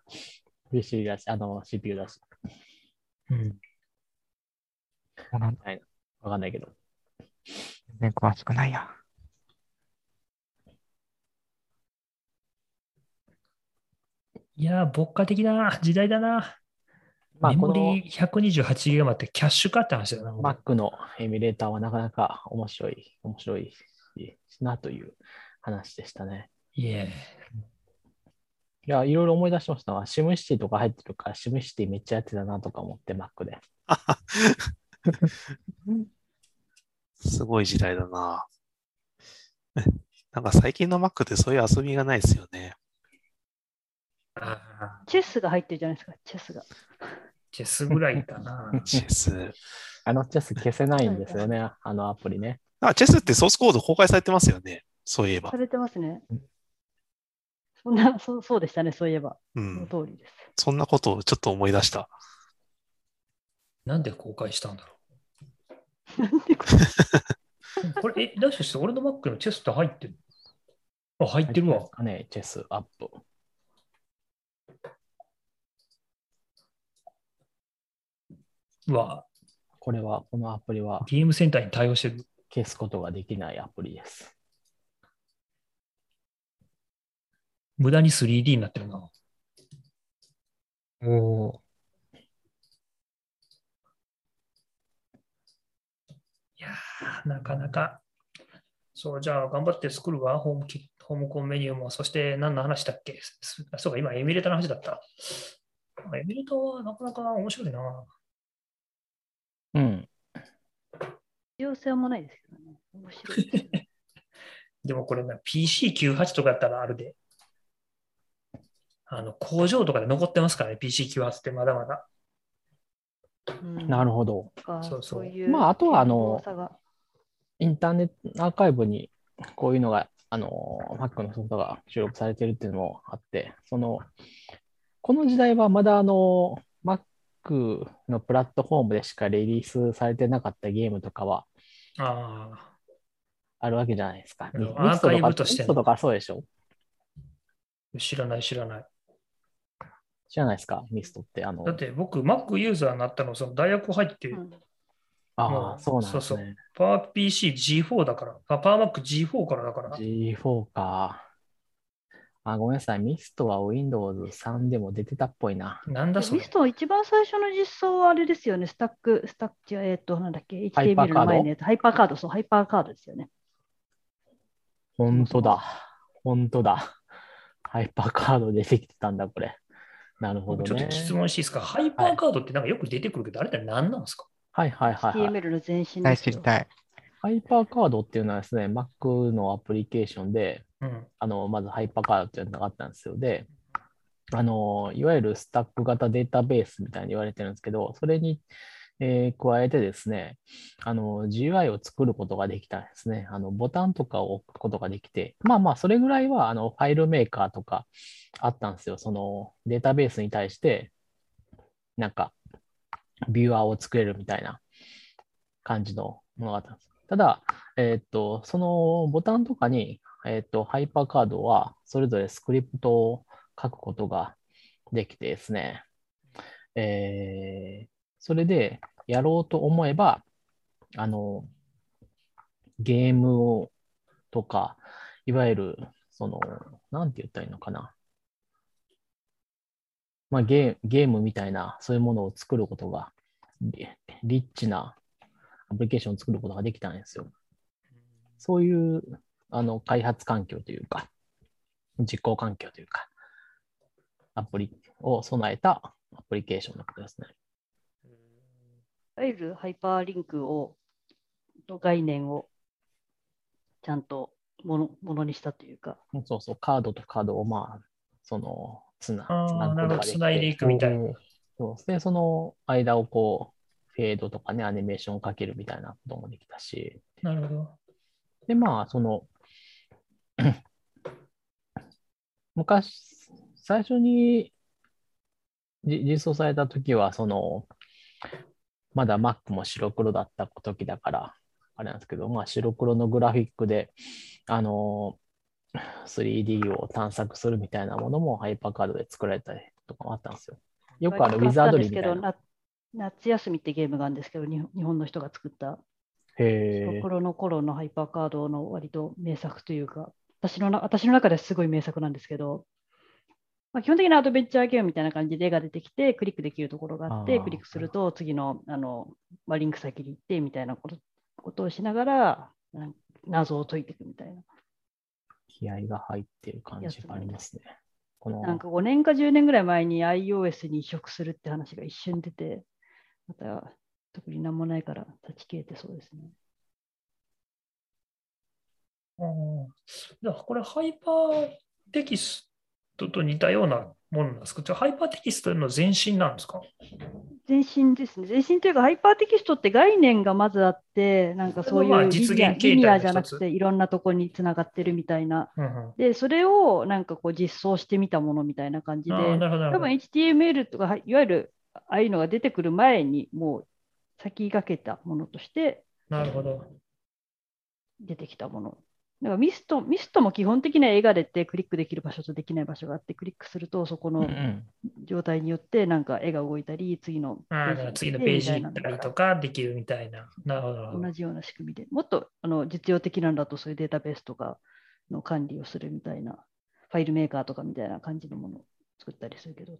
PC だし、あの CPU だし。
うん、
もうなん
わかんないけど。
全然詳しくないや。
いやー、牧歌的な時代だな。
まあ、
メ
こ
モ
の
リー 128GB ってキャッシュ化って話だよな。もう
Mac のエミュレーターはなかなか面白い、面白いなという話でしたね。
いえ。
いや、いろいろ思い出しましたわ。シムシティとか入ってるから、シムシティめっちゃやってたなとか思って、Mac で。
すごい時代だな。なんか最近の Mac ってそういう遊びがないですよね。
あー
チェスが入ってるじゃないですか、チェスが。
チェスぐらいか な。
チェス。
あのチェス消せないんですよね、あのアプリね。
あ、チェスってソースコード公開されてますよね。そういえば
さ。れてますね
うん。
そんな、そうそうでしたね、そういえば。
う
その
ん。
通りです。
そんなことをちょっと思い出した。
なんで公開したんだろ
なんてこと
う。これ、え、だしして俺の Mac のチェスって入ってるあ、入ってるわ。
あね、チェスアップ。
うわ、
これは、このアプリは、
ゲームセンターに対応してる。
消すことができないアプリです。
無駄に 3D になってるな。
おー
いやー、なかなか。そう、じゃあ頑張って作るわ、ホームキットホームコンメニューも。そして何の話だっけすあそうか、今エミレーターの話だった。エミレーターはなかなか面白いな。
うん。
必要性はもないですけどね。面白いですよね。
でもこれな、PC98 とかだったらあるで。あの、工場とかで残ってますからね、PC98 ってまだまだ。
なるほど。
ど。
そ
そうう
そう
いう
まああとはあの
健康さが
インターネットアーカイブにこういうのが、あの、Mac のソフトが収録されてるっていうのもあって、その、この時代はまだあの、Mac のプラットフォームでしかリリースされてなかったゲームとかは
ああ。
あるわけじゃないですか。
うん
ミスト
アー
と
カイ
か、
ブとして
ミストとかそうでしょ
知らない、知らない。
知らないですかミストって、あの
だっ、て僕、Mac ユーザーになったの、その大学入って、
うん
あ
もう
あ、そうなんです
そうそ
ね。
PowerPC G4 だから、あ PowerMac G4 からだから、
G4 か。あ、ごめんなさい。ミストは Windows3 でも出てたっぽいな。
なんだそ
ミ
れ
ス。トは一番最初の実装はあれですよね、スタック、スタック、えっ、と、なんだっけ、
ハイパ
HTML
ーカード
の前のやつ、ハイパーカード、そう、ハイパーカードですよね。
本当だ。本当だ。ハイパーカード出てきてたんだ、これ。なるほ
僕
ど
ちょっ
ね
と。質問していいですか、ハイパーカードってなんかよく出てくるけど、あれって何なんですか
はいはいはい、はい。
HTML の前身で
大好
す
き知
よ
り。たい。
ハイパーカードっていうのはですね、Mac のアプリケーションで、
うん。
あの、まずハイパーカードっていうのがあったんですよ。で、あの、いわゆるスタック型データベースみたいに言われてるんですけど、それに、えー加えてですね、あの、GUI を作ることができたんですね。あの、ボタンとかを置くことができて、まあまあ、それぐらいは、あの、ファイルメーカーとかあったんですよ。その、データベースに対して、なんか、ビューアーを作れるみたいな感じのものがあったんです。ただ、えーっと、そのボタンとかに、えーっと、ハイパーカードはそれぞれスクリプトを書くことができてですね、えーそれでやろうと思えば、あの、ゲームをとか、いわゆる、その、なんて言ったらいいのかな。まあ、ゲーゲームみたいな、そういうものを作ることが、リリッチなアプリケーションを作ることができたんですよ。そういうあの開発環境というか、実行環境というか、アプリを備えたアプリケーションのことですね。
いわゆるハイパーリンクを、の概念を、ちゃんとものものにしたというか、
そうそう、カードとカードをまあ、その、つな、
あー
つなぐ
なる
こ
ほ
と
ど
ができて
繋いでいくみたいな
うんそうで、その間をこう、フェードとかね、アニメーションをかけるみたいなこともできたし、
なるほど。
で、まあ、その、 昔、最初にじ実装された時は、その、まだ Mac も白黒だった時だから、あれなんですけど、まあ、白黒のグラフィックで、あの、3D を探索するみたいなものもハイパーカードで作られたりとかもあったんですよ。よくあの、ウ
使
ィ
っ
ザー
たん
ド
で
リー
す
み
け
たい
ど、
な。
な夏休みってゲームがあるんですけど、日本日本の人が作った、
へえ
心の頃のハイパーカードの割と名作というか、私のな私の中ですごい名作なんですけど、まあ、基本的なアドベンチャーゲームみたいな感じで絵が出てきて、クリックできるところがあっ
あ
て、
ー
クリックすると次のあの、まあ、リンク先に行ってみたいなことことをしながら、なん謎を解いていくみたいな。
気合が入ってる感じがありますね。この、
なんか5年か10年ぐらい前に iOS に移植するって話が一瞬出て、また特になんもないから断ち切れてそうですね。
あーじゃあ、これハイパーテキストと似たようなものなんですかじゃあハイパーテキストの前身なんですか
前進ですね。前進というか、ハイパーテキストって概念がまずあって、なんかそうい
まあ
う
実
リ
現
ニアリニア
形態の一つ
じゃなくて、いろんなとこにつながってるみたいな。
うんうん。
で、それをなんかこう実装してみたものみたいな感じで、
あーな
多
るほど、なるほど
分。HTML とか、はいいわゆるああいうのが出てくる前に、もう先駆けたものとして
なるほど。
出てきたものなんかミスト、ミストも基本的には絵が出てクリックできる場所とできない場所があって、クリックするとそこ
うんう
の
ん
状態によってなんか絵が動いたり、次のペ
あ
ージに行って
ー次のページ
み
行
た
っ
い
た
なの
り
が
とかできるみたいな。なるほどなるほど
同。じような仕組みでもっとあの実用的なんだとそういうデータベースとかの管理をするみたいなファイルメーカーとかみたいな感じのものを作ったりするけど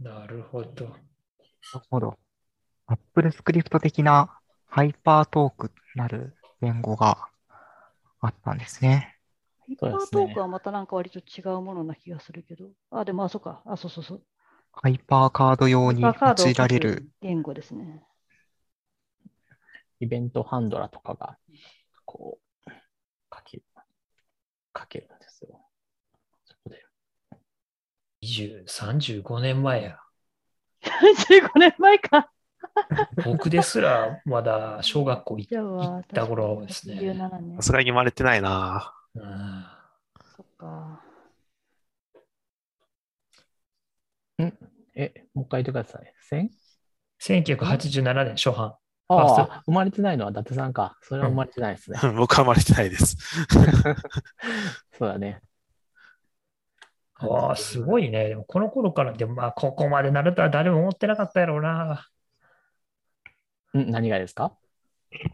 なるほど。
なるほど。Apple Script 的なハイパートークなる言語があったんですね。
ハイパ
そうで
ー
す
ト
ね
ークはまたなんか割と違うものな気がするけど、あ、でもあ、そうか、あ、そうそうそう。
ハイパーカード用に
ハイパーカードを
用いられる。
言語ですね。
イベントハンドラとかが、こう、書ける、書けるんですよ。そこで。
20、35年前や。
15年前か。
僕ですらまだ小学校行
じゃあ、
行った頃ですね。
17年
さ。すがに生まれてないな。
うん
そっか。
え、もう一回言ってください。千
1987年初版。あそう
ああ、生まれてないのは伊達さんか。それは生まれてない ですね。
僕は生まれてないです。
そうだね。
わあ、すごいね。でもこの頃から、でもまあ、ここまでなるとは誰も思ってなかったやろうな。
うん、何がですか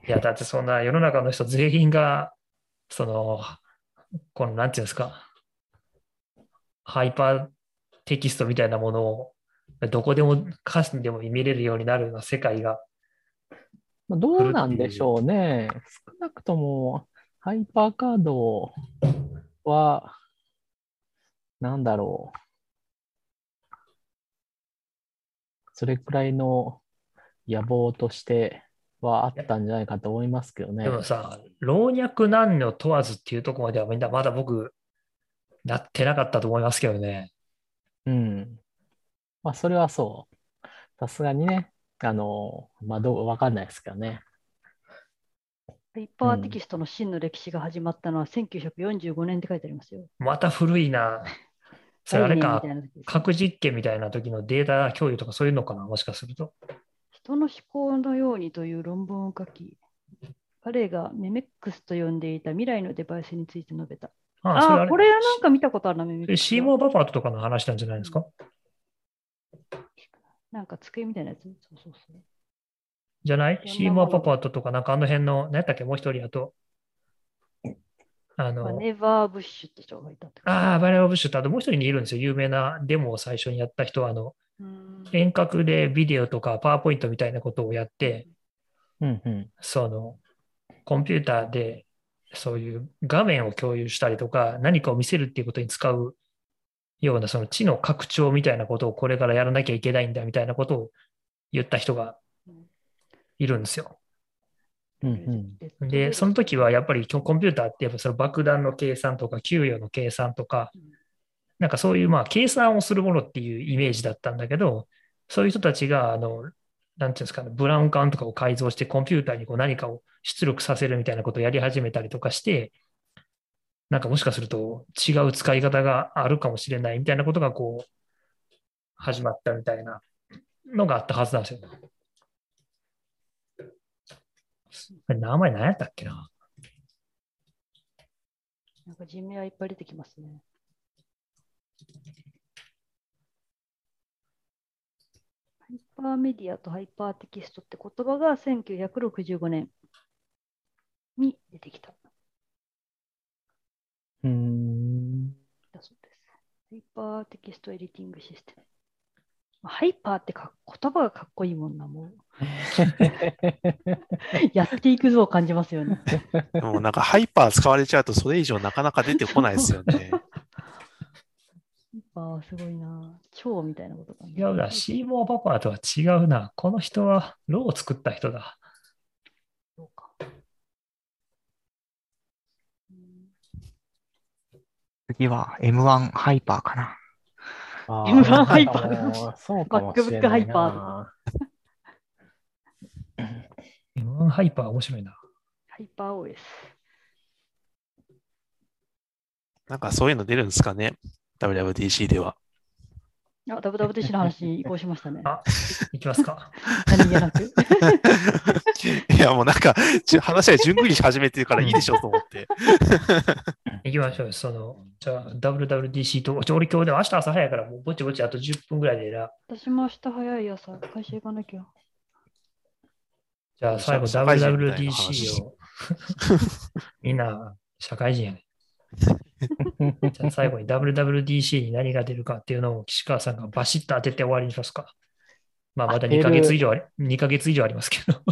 いや、だってそんな世の中の人全員が、その、この、なんていうんですか、ハイパーテキストみたいなものを、どこでも歌詞でも見れるようになるような世界が、
まあどうなんでしょうね。少なくとも、ハイパーカードは、なんだろう。それくらいの野望としてはあったんじゃないかと思いますけどね
で。もさ、老若男女問わずっていうところまではみんなまだ僕、なってなかったと思いますけどね。
うん。まあ、それはそう。さすがにね、あの、まあ、どうわかんないですけどね。
ハイパーテキストの真の歴史が始まったのは1945年って書いてありますよ。
また古いな。それあれか
概、念みたいな時です
核実験みたいな時のデータ共有とかそういうのかな、もしかすると。
人の思考のようにという論文を書き、彼がメメックスと呼んでいた未来のデバイスについて述べた。
あそ
あ
あ
あ、これはなんか見たことあるな、メメックス。
シーモア・バファートとかの話なんじゃないですか、
なんか机みたいなやつ。そうそうそう。
じゃない
いや
シーモア・パパートとか、なんかあの辺の、何やったっけ、もう一人あと。あ
マ
の、
ネーバーブッシュって人がいたってこと
ああ、バレア・ブッシュって、あともう一人にいるんですよ。有名なデモを最初にやった人は、あの、
うーん
遠隔でビデオとかパワーポイントみたいなことをやって、
うんうん。
その、コンピューターで、そういう画面を共有したりとか、何かを見せるっていうことに使うような、その知の拡張みたいなことをこれからやらなきゃいけないんだみたいなことを言った人がいるんですよ。
うんうん。
で、その時はやっぱりコンピューターってやっぱその爆弾の計算とか給与の計算とか
うん、
なんかそういうまあ計算をするものっていうイメージだったんだけど、そういう人たちがあの、なんていうんですかね、ブラウン管とかを改造してコンピューターにこう何かを出力させるみたいなことをやり始めたりとかして、なんかもしかすると違う使い方があるかもしれないみたいなことがこう、始まったみたいなのがあったはずなんですよ。名前何やったっけな
なんか人名はいっぱい出てきますね。ハイパーメディアとハイパーテキストって言葉が1965年に出てきた。
うーん。
だそうです。ハイパーテキストエディティングシステム。まあハイパーってか言葉がかっこいいもんな、もう。 やっていくぞを感じますよね。
でもなんかハイパー使われちゃうとそれ以上なかなか出てこないですよね。
ハイパーはすごいな。超みたいなことかな。
違うな、シーモア・パパとは違うな。この人は、ローを作った人だ。
そうか。うん
次は M1 ハイパーかな。
あ ー
M1 ハイパー
なんかもうそうかもしれないな。
MacBook
うん、ハイパー面白いな。
ハイパー OS。
なんかそういうの出るんですかね。WWDC では。
あ、WWDC の話に移行しましたね。
あ、いきます か。
何気なく。
いや、もうなんか、ちゅ話は順繰りし始めてるからいいでしょうと思って。
いきましょう。その、じゃあ、WWDC と、ちょ俺今日でも明日朝早いから、もうぼちぼちあと10分ぐらいでな。
私も明日早い朝、会社行かなきゃ。
じゃあ、最後、
社会人みたいな話
WWDC を。みんな、社会人やね。じゃあ、最後に WWDC に何が出るかっていうのを岸川さんがバシッと当てて終わりにしますか。まあ、まだ2ヶ月以上あり、2ヶ月以上ありますけど。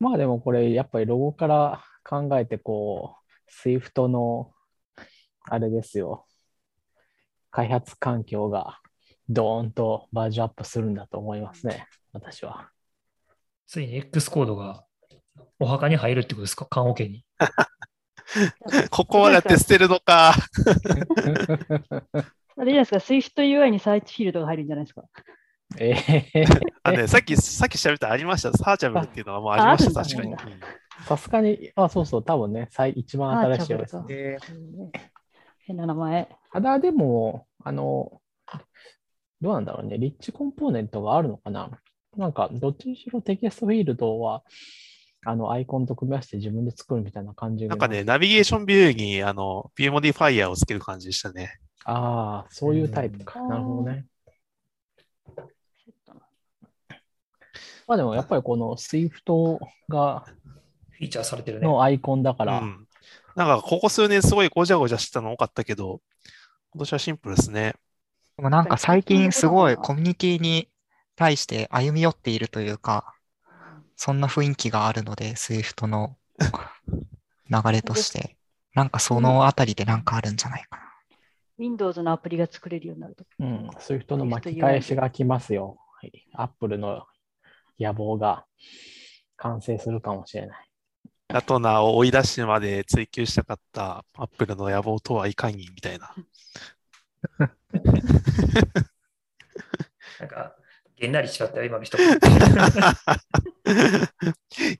まあでもこれ、やっぱりロゴから考えて、こう、Swift の、あれですよ、開発環境がドーンとバージョンアップするんだと思いますね、私は。
ついに X コードがお墓に入るってことですか、棺桶に。
ここはだって捨てるのか。
あれじゃないですか、SwiftUI にサーチフィールドが入るんじゃないですか。
ええ
あね、さっき、さっき喋ったありました。サーチャブルっていうのはもうありました、
ああ
確かに。
あ
うん
さすがに、あ、そうそう、多分ね、最一番
あ
新しいやつ
ちゃぶ
で。
変な名前。
ただでも、あの、どうなんだろうね、リッチコンポーネントがあるのかななんか、どっちにしろテキストフィールドは、あの、アイコンと組み合わせて自分で作るみたいな感じが
なんかね、ナビゲーションビューに、あの、ビューモディファイアをつける感じでしたね。
ああ、そういうタイプか。
うん
なるほどね。まあでもやっぱりこの SWIFT が
フィーチャーされてるね。
のアイコンだか
う
ら、
ん。なんか、ここ数年すごいごじゃごじゃしてたの多かったけど、今年はシンプルですね。
でもなんか最近すごいコミュニティに対して歩み寄っているというか、そんな雰囲気があるので、SWIFT の流れとして、なんかそのあたりでなんかあるんじゃないかな。
Windows のアプリが作れるようになると。
うん、SWIFT の巻き返しが来ますよ。はい、Apple の野望が完成するかもしれない。
ラトナーを追い出してまで追求したかったアップルの野望とはいかにみたいな。
なんか、げんなりしちゃったよ、今の人。
い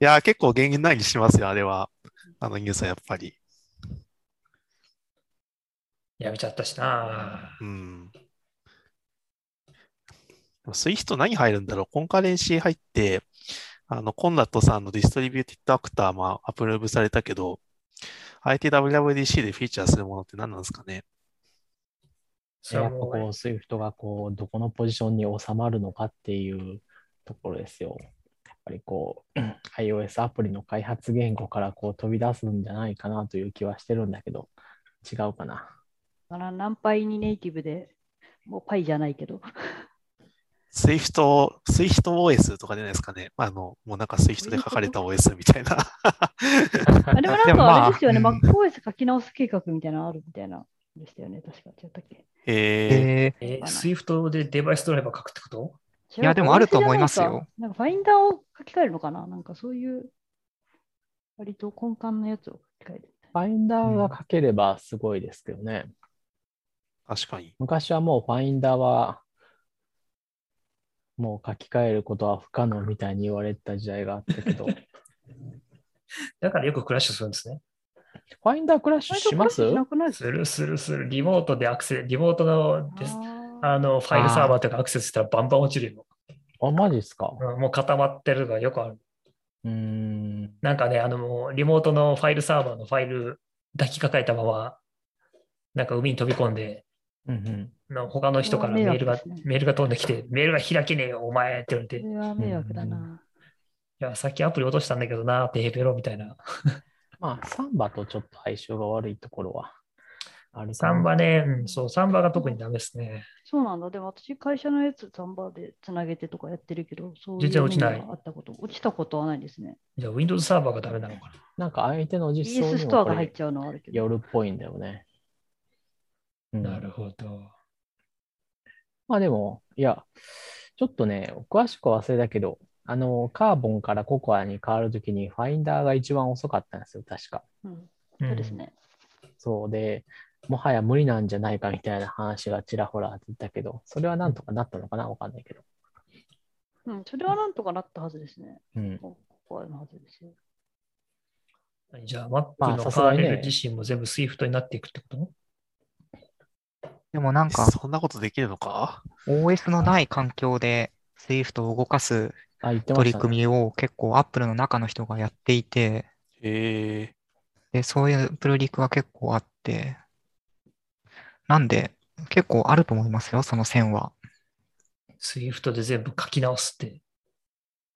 やー、結構減減ないにしますよ、あれは。あのニュースはやっぱり。
やめちゃったしな。
うん。でもスイフト何入るんだろうコンカレンシー入って、あの、コンラットさんのディストリビューティッドアクターもアプローブされたけど、ITWWDC でフィーチャーするものって何なんですかね
それ
や
は
っぱ
も
こう
う
SWIFT がこうどこのポジションに収まるのかっていうところですよ。やっぱりこう iOS アプリの開発言語からこう飛び出すんじゃないかなという気はしてるんだけど、違うかな。
あら、ナンパイにネイティブで、もうパイじゃないけど。
スイフト、スイフト OS とかじゃないですかね。あの、もうなんかスイフトで書かれた OS みたいな。
あれもなん
で
か
もま
あ
あ
れですよね、
うん
MacOS 書き直す計画みたいなのあるみたいな。でしたよね、確か。違ったっけ
えー、
えー
えー、Swift でデバイスドライバー書くってこと
いやでもあると思いますよ。
違う OS じゃないかなんかファインダーを書き換えるのかななんかそういう、割と根幹のやつを書き換える。
ファインダーが書ければすごいですけどね。
確かに。
昔はもうファインダーはもう書き換えることは不可能みたいに言われてた時代があった けど、フ
だからよくクラッシュするんですね。
ァインダークラッシュします
しなくないです
す
か
るするする。リモートでアクセス、リモートのです
あー
あのファイルサーバーとかアクセスしたらバンバン落ちるよ。
あ、マジっすか。
うんもう固まってるのがよくある。
うーん。
なんかね、あのもうリモートのファイルサーバーのファイル抱きかかえたまま、なんか海に飛び込んで、
うんうん
の他の人からメ
うわ
ールが、
迷惑ですね
メールが飛んできて、メールが開けねえよ、お前って言われて、
そ
い
れは迷惑だな。
や、さっきアプリ落としたんだけどな、ってヘペロみたいな。
まあ、サンバとちょっと相性が悪いところはある
サ
か
ン
な。
バね、うんそう、サンバが特にダメですね。
そうなんだ。でも私、会社のやつ、サンバーでつなげてとかやってるけど、そういう
全然落ちない
のがあったこと、落ちたことはないですね。
じゃあ、Windows サーバーがダメなのかな。
なんか相手の実装
ES
に
ス
も
トア
こ
が
れ
入っちゃうのはあるけど。
夜っぽいんだよね。うん
なるほど。
まあでも、いや、ちょっとね、詳しくは忘れたけど、あの、カーボンからココアに変わるときに、ファインダーが一番遅かったんですよ、確か。
うん
うん
そうですね。
そうで、もはや無理なんじゃないかみたいな話がちらほら出たけど、それはなんとかなったのかなわかんないけど。
うん、それはなんとかなったはずですね。
うん。
ここはのはずですよ。
じゃあ、Mac
まあ
の
さす
カ
が
ー
にね
ネル自身も全部 Swift になっていくってこと
でもなんか、
そんなことできるのか
OS のない環境で Swift を動かす
あ、言ってま
取
し
り
たね。
組みを結構 Apple の中の人がやっていて、
ええ
で、そういうプルリクが結構あって、なんで、結構あると思いますよ、その線は。
スイフトで全部書き直すって。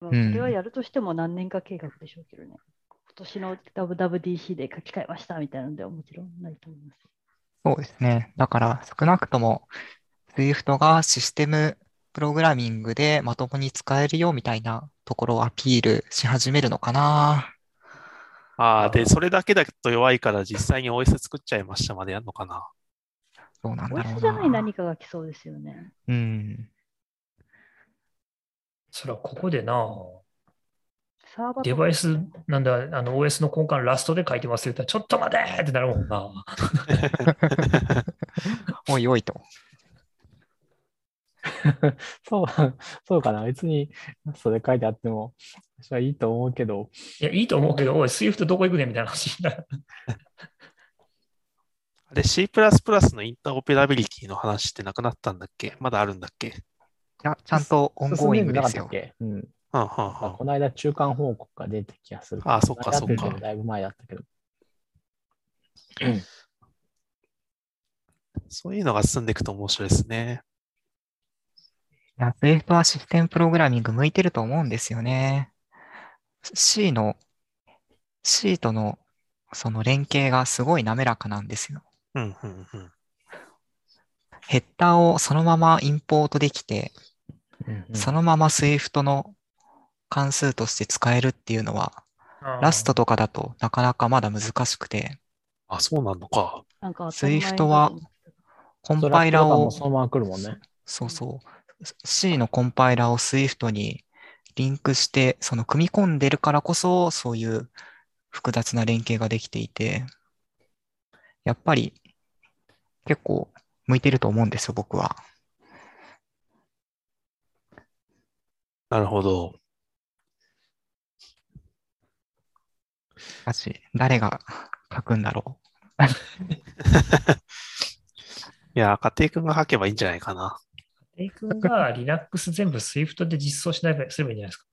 まあ
うん
それはやるとしても何年か計画でしょうけどね。今年の WWDC で書き換えましたみたいなのではもちろんないと思います。
そうですね。だから、少なくとも、Swift がシステムプログラミングでまともに使えるよみたいなところをアピールし始めるのかな。
ああ、で、それだけだと弱いから実際に OS 作っちゃいましたまでやるのかな。
どうなん
お
だろう
しじゃない
な。
何かが来そうですよね。
うん。
それはここでな、
サーバー
デバイス、なんだ、あの OS の根幹ラストで書いてますって言ったら、ちょっと待てーってなるもんな。
おいおいと。
そう、 そうかな。別に、それ書いてあっても、私はいいと思うけど、
いや、いいと思うけど、おい、スイフトどこ行くねんみたいな話になる。
あれ C++ のインターオペラビリティの話ってなくなったんだっけまだあるんだっけ
いや、ちゃんとオン
進ん
ゴーイ
で
ン
ん
グ
じ
で
ゃなかっ
す
た
よ
っ。けうん。
うんうんうん
あこの間、中間報告が出てきがする。
あそっか
やてて
そっか
だいぶ前だったけど。
そういうのが進んでいくと面白いですね。
いや、Swift はシステムプログラミング向いてると思うんですよね。C の、C とのその連携がすごい滑らかなんですよ。
うんうんうん。
ヘッダーをそのままインポートできて、
うんうん
そのまま Swift の関数として使えるっていうのは、ラストとかだとなかなかまだ難しくて、
あ、そうなのか。
なんか
スイフトはコン
ト
パ
ラ
イ
ックと
ラ
か
を
も、そのまま来るもんね。
そうそう、C のコンパイラを Swift にリンクして、その組み込んでるからこそ、そういう複雑な連携ができていて、やっぱり結構向いてると思うんですよ、僕は。
なるほど。
だし、誰が書くんだろう。
いや、家庭君が書けばいいんじゃないかな。
エイ君が Linux 全部 Swift で実装しないすればいいんじゃないですか。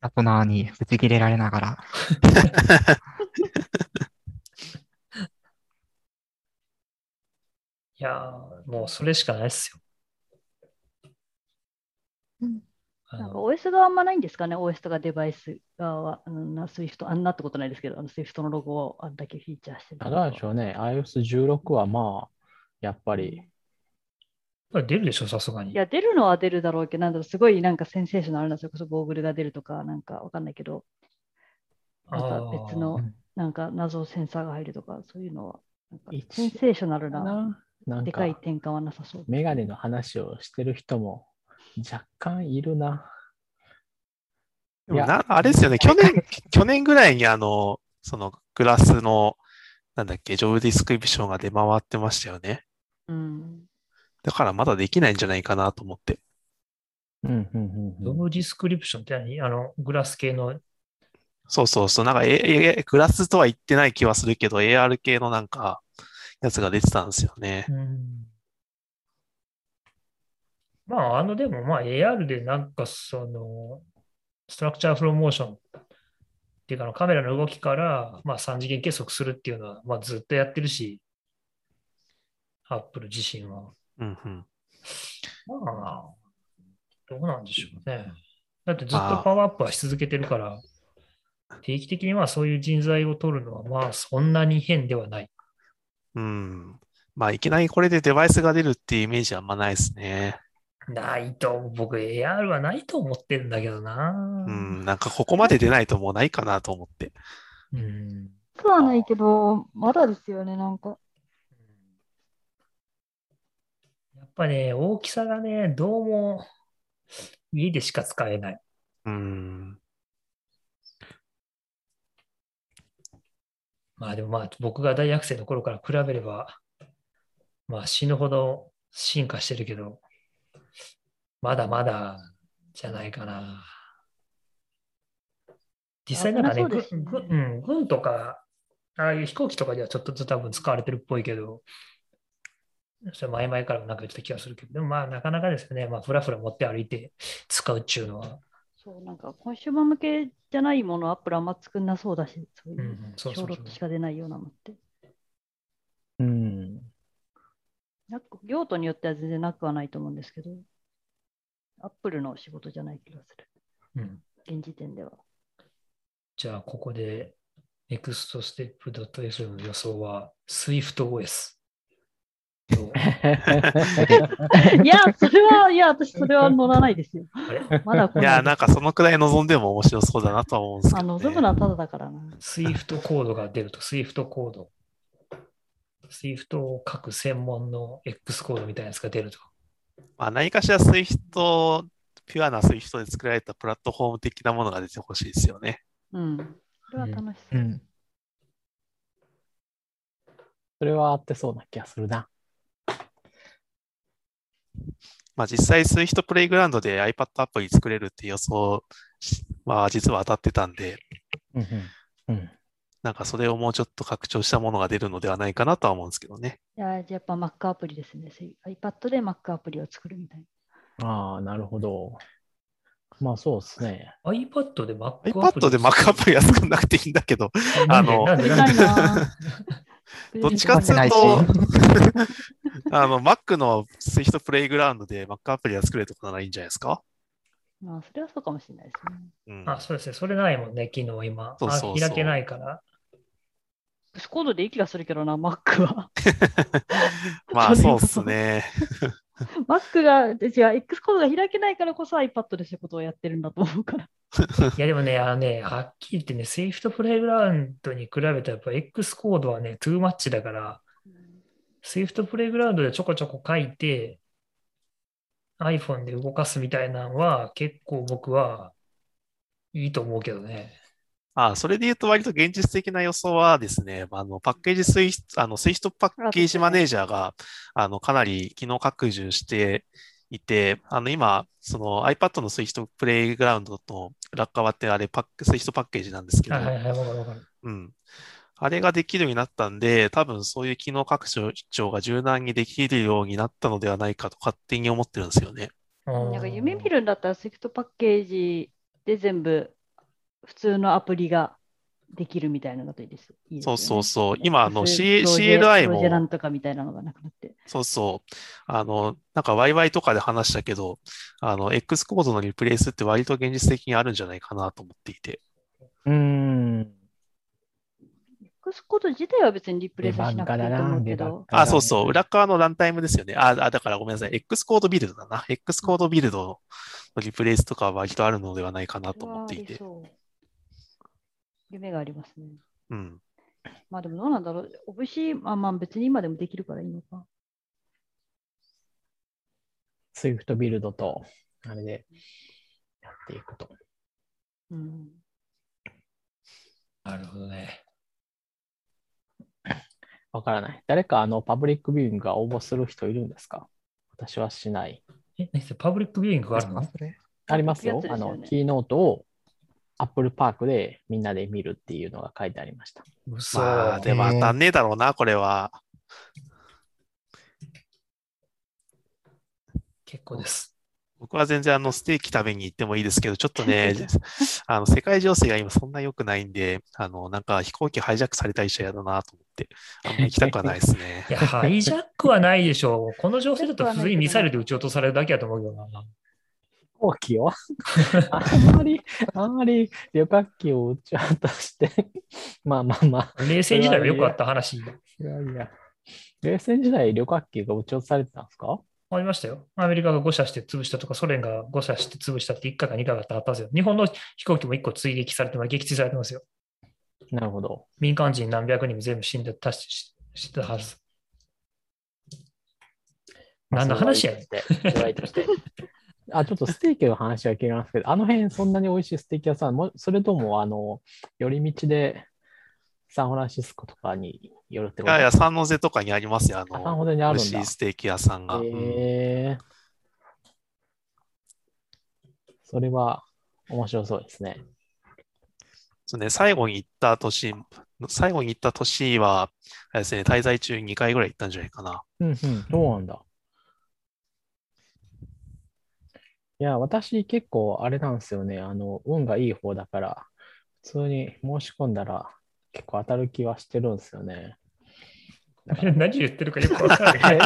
パートナーにブチ切れられながら。
いやー、もうそれしかないっすよ。あ
なんか
の
OS があんまないんですかね、OS とかデバイス側は、あんな Swift、あんなってことないですけど、あの Swift のロゴをあんだけフィーチャーして
あどうなんでしょうね。iOS16 はまあ、やっぱり、
やっぱり出るでしょ、さすがに。
いや、出るのは出るだろうけど、なんだろう、すごいなんかセンセーショナルな、それこそゴーグルが出るとか、なんかわかんないけど、
あ
ま
ー
た別の
うん
なんか謎センサーが入るとか、そういうのは、なんか
一
センセーショナルな、
な、なん
でかい
か、
転換はなさそう。
メガネの話をしてる人も若干いるな。
でも
い
な
や、
あれですよね。去年、 去年ぐらいにあの、そのグラスの、なんだっけ、ジョブディスクリプションが出回ってましたよね。
うん、
だからまだできないんじゃないかなと思って。
うんうんうん
ロ
うん
ムディスクリプションって何あの、グラス系の、
そうそうそう。なんか、え、え、グラスとは言ってない気はするけど、AR 系のなんか、やつが出てたんですよね。
まあ、あの、でも、まあ、AR でなんか、その、ストラクチャーフローモーションっていうかあの、カメラの動きから、まあ、3次元計測するっていうのは、まあ、ずっとやってるし、アップル自身は。
うんうん。
まあ、どうなんでしょうね。だってずっとパワーアップはし続けてるから、定期的にまあそういう人材を取るのはまあそんなに変ではない。
うん。まあ、いきなりこれでデバイスが出るっていうイメージはあんまないですね。
ないと、僕 AR はないと思ってるんだけどな。
うん。なんか、ここまで出ないともうないかなと思って。
うん。
くはないけど、まだですよね、なんか。
やっぱね、大きさがね、どうも家でしか使えない。
うん。
まあでもまあ僕が大学生の頃から比べれば、まあ死ぬほど進化してるけど、まだまだじゃないかな。実際なんかね、
危な
ぐ
そうですね
ぐうん軍とか、ああいう飛行機とかではちょっとずつ多分使われてるっぽいけど、それ前々からもなんか言ってた気がするけど、でもまあなかなかですね、まあふらふら持って歩いて使うっちゅうのは。
そう、なんかコンシューマー向けじゃないもの、アップルあんま作んなそうだし、そうい
うんうん
う
そうそうそう
小ロットしか出ないようなのって。
うん。
なんか用途によっては全然なくはないと思うんですけど、アップルの仕事じゃない気がする、
うん、
現時点では。
じゃあここで nextstep.fm の予想は SwiftOS。どう
いや、それは、いや、私、それは乗らないですよ。
あれ
まだこ
い
の、
や、なんかそのくらい望んでも面白そうだなとは思うんですけ
あ
ど、ね。
望むのはただだからな。
Swift コードが出ると Swift コード。Swift を書く専門の X コードみたいなやつが出ると。
まあ、何かしら Swift、ピュアな Swift で作られたプラットフォーム的なものが出てほしいですよね。
うん。それは楽し
う
そう。
ん。
それは合ってそうな気がするな。
まあ、実際 Swift プレイグラウンドで iPad アプリ作れるって予想は実は当たってたんで、
うんうん。うん。
なんかそれをもうちょっと拡張したものが出るのではないかなとは思うんですけどね。
いや、じゃあやっぱ Mac アプリですね。せ iPad で Mac アプリを作るみたいな。
ああ、なるほど。まあそうですね。
iPad で Mac アプリ
iPad で Mac アプリは作んなくていいんだけど、あの
なん
作
で
り
なん
た
で
い な。
どっちかって
な
いう
いし
と、あの Mac の Swift プレイグラウンドで Mac アプリが作れるとこならいいんじゃないですか。
まあ、それはそうかもしれないですね。
うん、
あ、そうですね。それないもんね、昨日今。
そうそうそう
あ開けないから。
ブスコードでいい気がするけどな、Mac は。
まあそうですね。
Mac が、違う、X コードが開けないからこそ iPad でそういうことをやってるんだと思うから。
いやでもね、あのね、はっきり言ってね、Swift プレイグラウンドに比べたら、やっぱ X コードはね、トゥーマッチだから、Swift プレイグラウンドでちょこちょこ書いて、iPhone で動かすみたいなのは、結構僕はいいと思うけどね。
あそれで言うと割と現実的な予想はですね、あのパッケージスイフト、あのスイフトパッケージマネージャーがあのかなり機能拡充していて、あの今、その iPad のスイフトプレイグラウンドと落下はってあれパック、スイフトパッケージなんですけど
はい、はいはい、わかるわかる。
うん。あれができるようになったんで、多分そういう機能拡張が柔軟にできるようになったのではないかと勝手に思ってるんですよね。
う
なんか夢見るんだったら、セクトパッケージで全部普通のアプリができるみたいなのがいいです。いいです
そ
よ
う
ね
そうそう。今、あの、C-
プロジ
CLI
ェプロ
も
ジェ、なんとかみたいなのがなくなって。
そうそう。あの、なんか YY とかで話したけど、あの、X コードのリプレイスって割と現実的にあるんじゃないかなと思っていて。
うーん。
X コード自体は別にリプレイスしなくていいと思うけ
出番
ど
か、らな
あ、そうそう。裏側のランタイムですよね。あ、あだからごめんなさい。X コードビルドだな。X コードビルドのリプレイスとかは割とあるのではないかなと思っていて
そ。れはありそう夢がありますね。
うん。
まあでもどうなんだろう。オブシー、まあまあ別に今でもできるからいいのか。
スイフトビルドと、あれでやっていくと。
うん。
なるほどね。
わからない。誰かあのパブリックビューイングが応募する人いるんですか私はしない。
え、ねパブリックビューイングがあるの
それ
あります
や
よ。
つです
あ
よね、
の、キーノートを Apple Park でみんなで見るっていうのが書いてありました。
嘘。
まあ、でも
えー
当たんねえだろうな、これは。
結構です。
僕は全然あのステーキ食べに行ってもいいですけど、ちょっとねあの世界情勢が今そんな良くないんで、あのなんか飛行機ハイジャックされたりしちゃ嫌だなと思って、あんま行きたくはないですね
い。や、ハイジャックはないでしょう。この情勢だと普通にミサイルで撃ち落とされるだけやと思うけどな。
飛行機を あんまり、あんまり旅客機を打ち渡して、まあまあまあ、
冷戦時代はよくあった話。
いやいや。冷戦時代、旅客機が撃ち落とされてたんですか
ありましたよ。アメリカが誤射して潰したとか、ソ連が誤射して潰したって1回か2回だったはずですよ。日本の飛行機も1個追撃されてます、撃墜されてますよ。
なるほど。
民間人何百人も全部死んでたしししてたはず。何の話やねん。
あ、ちょっとステーキの話は聞いてますけど、あの辺そんなに美味しいステーキ屋さん、もそれとも、あの、寄り道でサンフランシスコとかに寄るって
い
こと
やいや、
サ
サンノゼとかにありますよ、あ
ンフ
の、
ランに
美
ある
味
ん
し
だ
い。ステーキ屋さんが。うん
えー、それは面白そうですね。
そうね、最後に行った年、最後に行った年は、あれですね、滞在中2回ぐらい行ったんじゃないか な。
うんうん、そうなんだ。いや、私結構あれなんですよね。あの、運がいい方だから、普通に申し込んだら結構当たる気はしてるんですよね。
何言ってるかよくわからない。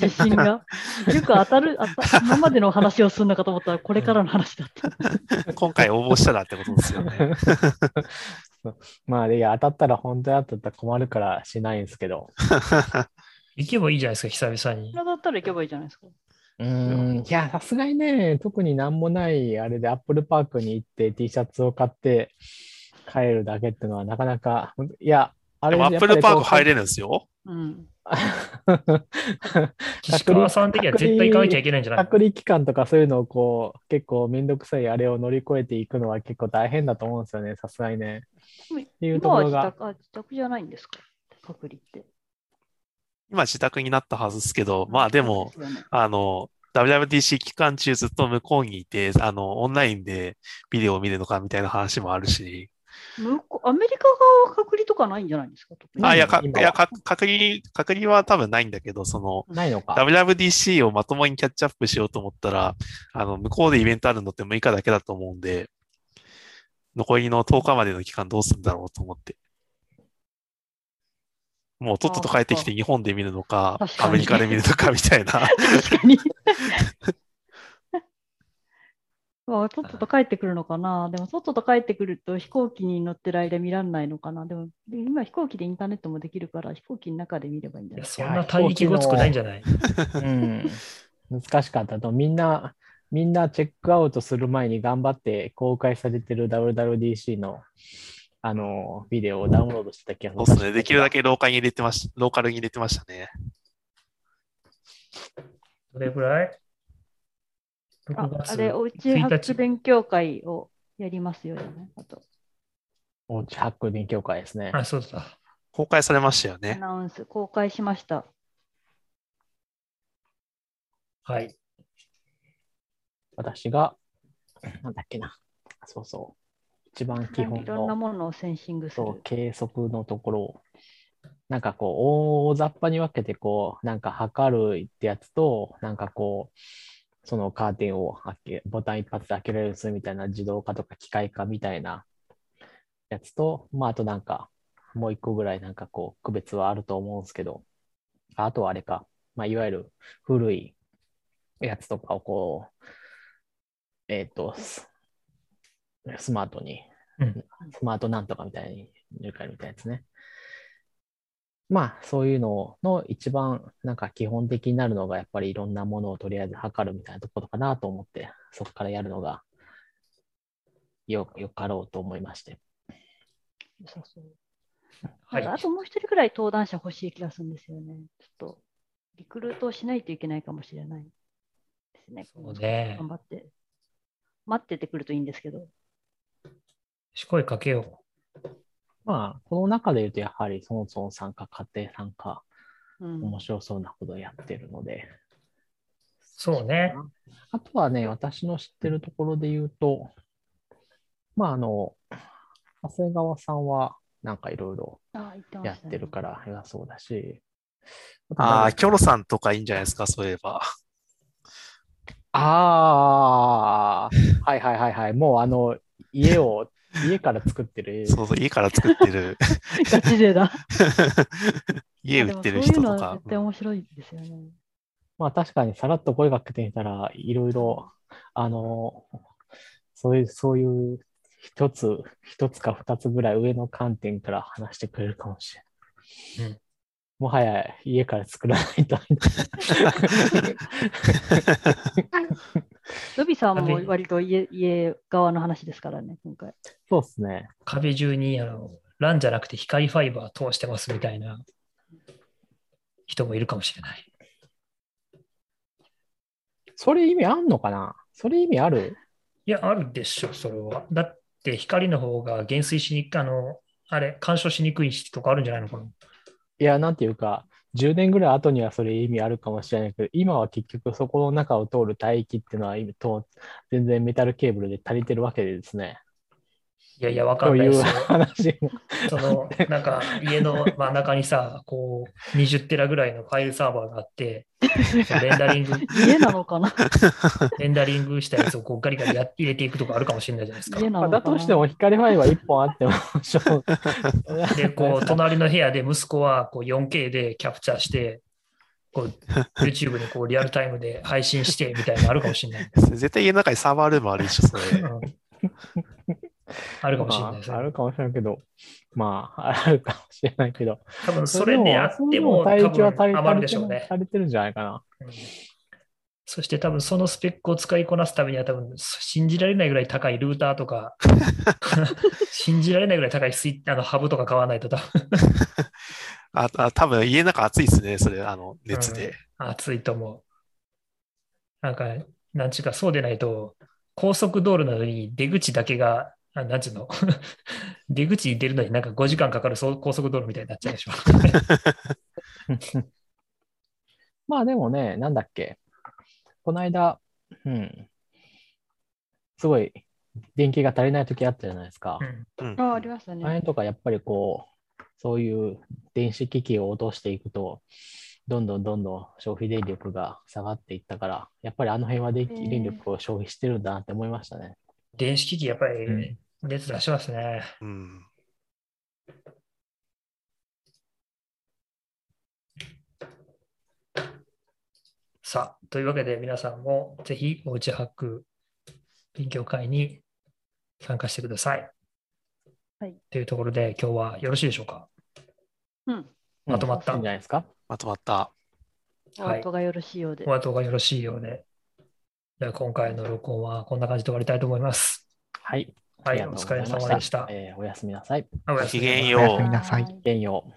自信が。よく当たる、当た今までの話をするのかと思ったら、これからの話だった。
今回応募したらってことです よね。
まあ、いや、当たったら本当に当たったら困るからしないんですけど。
行けばいいじゃないですか、久 々に。
それだったら行けばいいじゃないですか。
うーん、いや、さすがにね、特になんもないあれでアップルパークに行って T シャツを買って帰るだけってのはなかなか、いや、あ
で
れ
も、アップルパーク入れ
る。
るんですよ。
うん。
岸川さん的には絶対行かなきゃいけないんじゃない
隔離期間とかそういうのをこう、結構めんどくさいあれを乗り越えていくのは結構大変だと思うんですよね、さすがにね。っていうとこ
今は
ろ
自
が。
宅あ自宅じゃないんですか隔離って。
今、自宅になったはずですけど、まあでも、
そうですよね、
あの、WWDC 期間中ずっと向こうにいて、あの、オンラインでビデオを見るのかみたいな話もあるし、
向こうアメリカ側は隔離とかないんじゃないんですか特に
あ、いや、かい
今は
やか隔離、隔離は多分ないんだけど、その、
ないのか。
WWDC をまともにキャッチアップしようと思ったら、あの、向こうでイベントあるのって6日だけだと思うんで、残りの10日までの期間どうするんだろうと思って。もうとっとと帰ってきて日本で見るのか、
確か
ア
に
メリカで見るのかみたい な。
確かに。わあとっとと帰ってくるのかな、でもとっとと帰ってくると飛行機に乗ってる間見られないのかな、でも今飛行機でインターネットもできるから飛行機の中で見ればいいんじゃ
い
な
や
い
そんな大気ごつくないんじゃない
うん、難しかったと。みんな、みんなチェックアウトする前に頑張って公開されてる WWDC のあのビデオをダウンロードしてた気が
そうですね。できるだ。けローカルに入れてました、ローカルに入れてましたね。
どれぐらい
あ
?6 月
あれ、おうち
1
発
日。
勉強会をやりますよね。あと、
おうちハック勉強会ですね。
あ、そうだ。
公開されましたよ
ア
ね。
ナウンス公開しました。
はい。
私が、なんだっけな。そうそう。一番基本
いろんな
の
ものをセンシングす
そう
る。
計測のところを、なんかこう、大雑把に分けて、こう、なんか測るってやつと、なんかこう、そのカーテンを開け、ボタン一発で開けられるようにするみたいな自動化とか機械化みたいなやつと、まあ、あとなんか、もう一個ぐらいなんかこう、区別はあると思うんですけど、あとはあれか、まあ、いわゆる古いやつとかをこう、えっ、と、ススマートにスマートなんとかみたいに入会みたいなやつね。まあ、そういうのの一番なんか基本的になるのが、やっぱりいろんなものをとりあえず測るみたいなところかなと思って、そこからやるのがよよかろうと思いまして。
良さそう
はい
なんかあともう一人くらい登壇者欲しい気がするんですよね。ちょっとリクルートをしないといけないかもしれないですね。
そうね
頑張って。待っててくるといいんですけど。
声かけよ
まあ、この中で言うと、やはりそもそも参加、家庭参加、
うん
面白そうなことをやってるので、
う。そうね。
あとはね、私の知ってるところで言うと、まあ、あの、長谷川さんは、なんかいろいろ
あ言ってま
や
し
った
ね
てるから偉そうだし。
ああ、キョロさんとかいいんじゃないですか、そういえば。
あーはいはいはいはい。もうあの、家を、 家から作ってる。
そうそう、家から作って る、
ガチ勢だ。
家売ってる
で
人と
もそういうのは
か
絶。対面白いですよね。
まあ確かにさらっと声かけてみたら、いろいろ、あの、そういう、そういう、一つ、一つか二つぐらい上の観点から話してくれるかもしれない。
うん
もはや家から作らないと。
ロビさん
あ
も
で
割と家家側の話ですからね、今回。
そうですね。
壁中にあのランじゃなくて光ファイバー通してますみたいな人もいるかもしれない。
それ意味あんのかなそれ意味ある
いや、あるでしょ、それは。だって光の方が減衰しにくい、あの、あれ、干渉しにくいしとかあるんじゃないのかな。
いや、なんていうか、10年ぐらい後にはそれ意味あるかもしれないけど、今は結局そこの中を通る帯域っていうのは今と、全然メタルケーブルで足りてるわけでですね。
いやいや、わか
と
んないいです
う
よ。
話も。
その、なんか家の真ん中にさ、こう、20テラぐらいのファイルサーバーがあって、そのレンダリング、
家なのかな
レンダリングしたやつをこうガリガリや入れていくとかあるかもしれないじゃないですか。
家な
まあ
のかな
だとしても、光ファイは1本あっても、 しょう
で、こう、隣の部屋で息子はこう 4K でキャプチャーして、こう、YouTube にこうリアルタイムで配信してみたいなのあるかもし れない。
絶対家の中にサーバールームあるでしょ、それ。
うんあるかもしれないです
まああるかもしれないけど、まあ、あるかもしれないけど、
多分それでやっても、
それで
多
も耐久は足り
分余るでしょうね。
足りてるんじゃないかな。
うんそして多分そのスペックを使いこなすためには多分信じられないぐらい高いルーター とか、信じられないぐらい高いスイッあのハブとか買わないと多分
あ、あ多分家の中暑いですね、それ、あの、熱で。
熱いと思う。なんか、なんちゅうかそうでないと、高速道路なのに出口だけが、あなんちゅうの 出口に出るのになんか5時間かかるそう高速道路みたいになっちゃうでしょ。
まあでもね、なんだっけ。この間、うん。すごい、電気が足りない時あったじゃないですか
う。ん
うん
あありました
あれ
ね。
とかやっぱりこう、そういう電子機器を落としていくと、どんどんどんどん消費電力が下がっていったから、やっぱりあの辺は電気
えー
電力を消費してるんだなって思いましたね。
電子機器やっぱ
う
り
ん
熱出しますね。
うん。
さあ、というわけで皆さんもぜひおうちハック勉強会に参加してください。
はい、
というところで今日はよろしいでしょうか
うん。
まとまった
いいんじゃないですか。
まとまった。
お後がよろしいようで。
お後がよろしいようで。じゃあ今回の録音はこんな感じで終わりたいと思います。
はい。
は
あり
い、
が
お
とうご
疲
ざい
れ
まし
様でした。
えーおやすみなさい。
おやすみなさい
ごきげん
お
よう
やすみなさい。
ごきげんよう。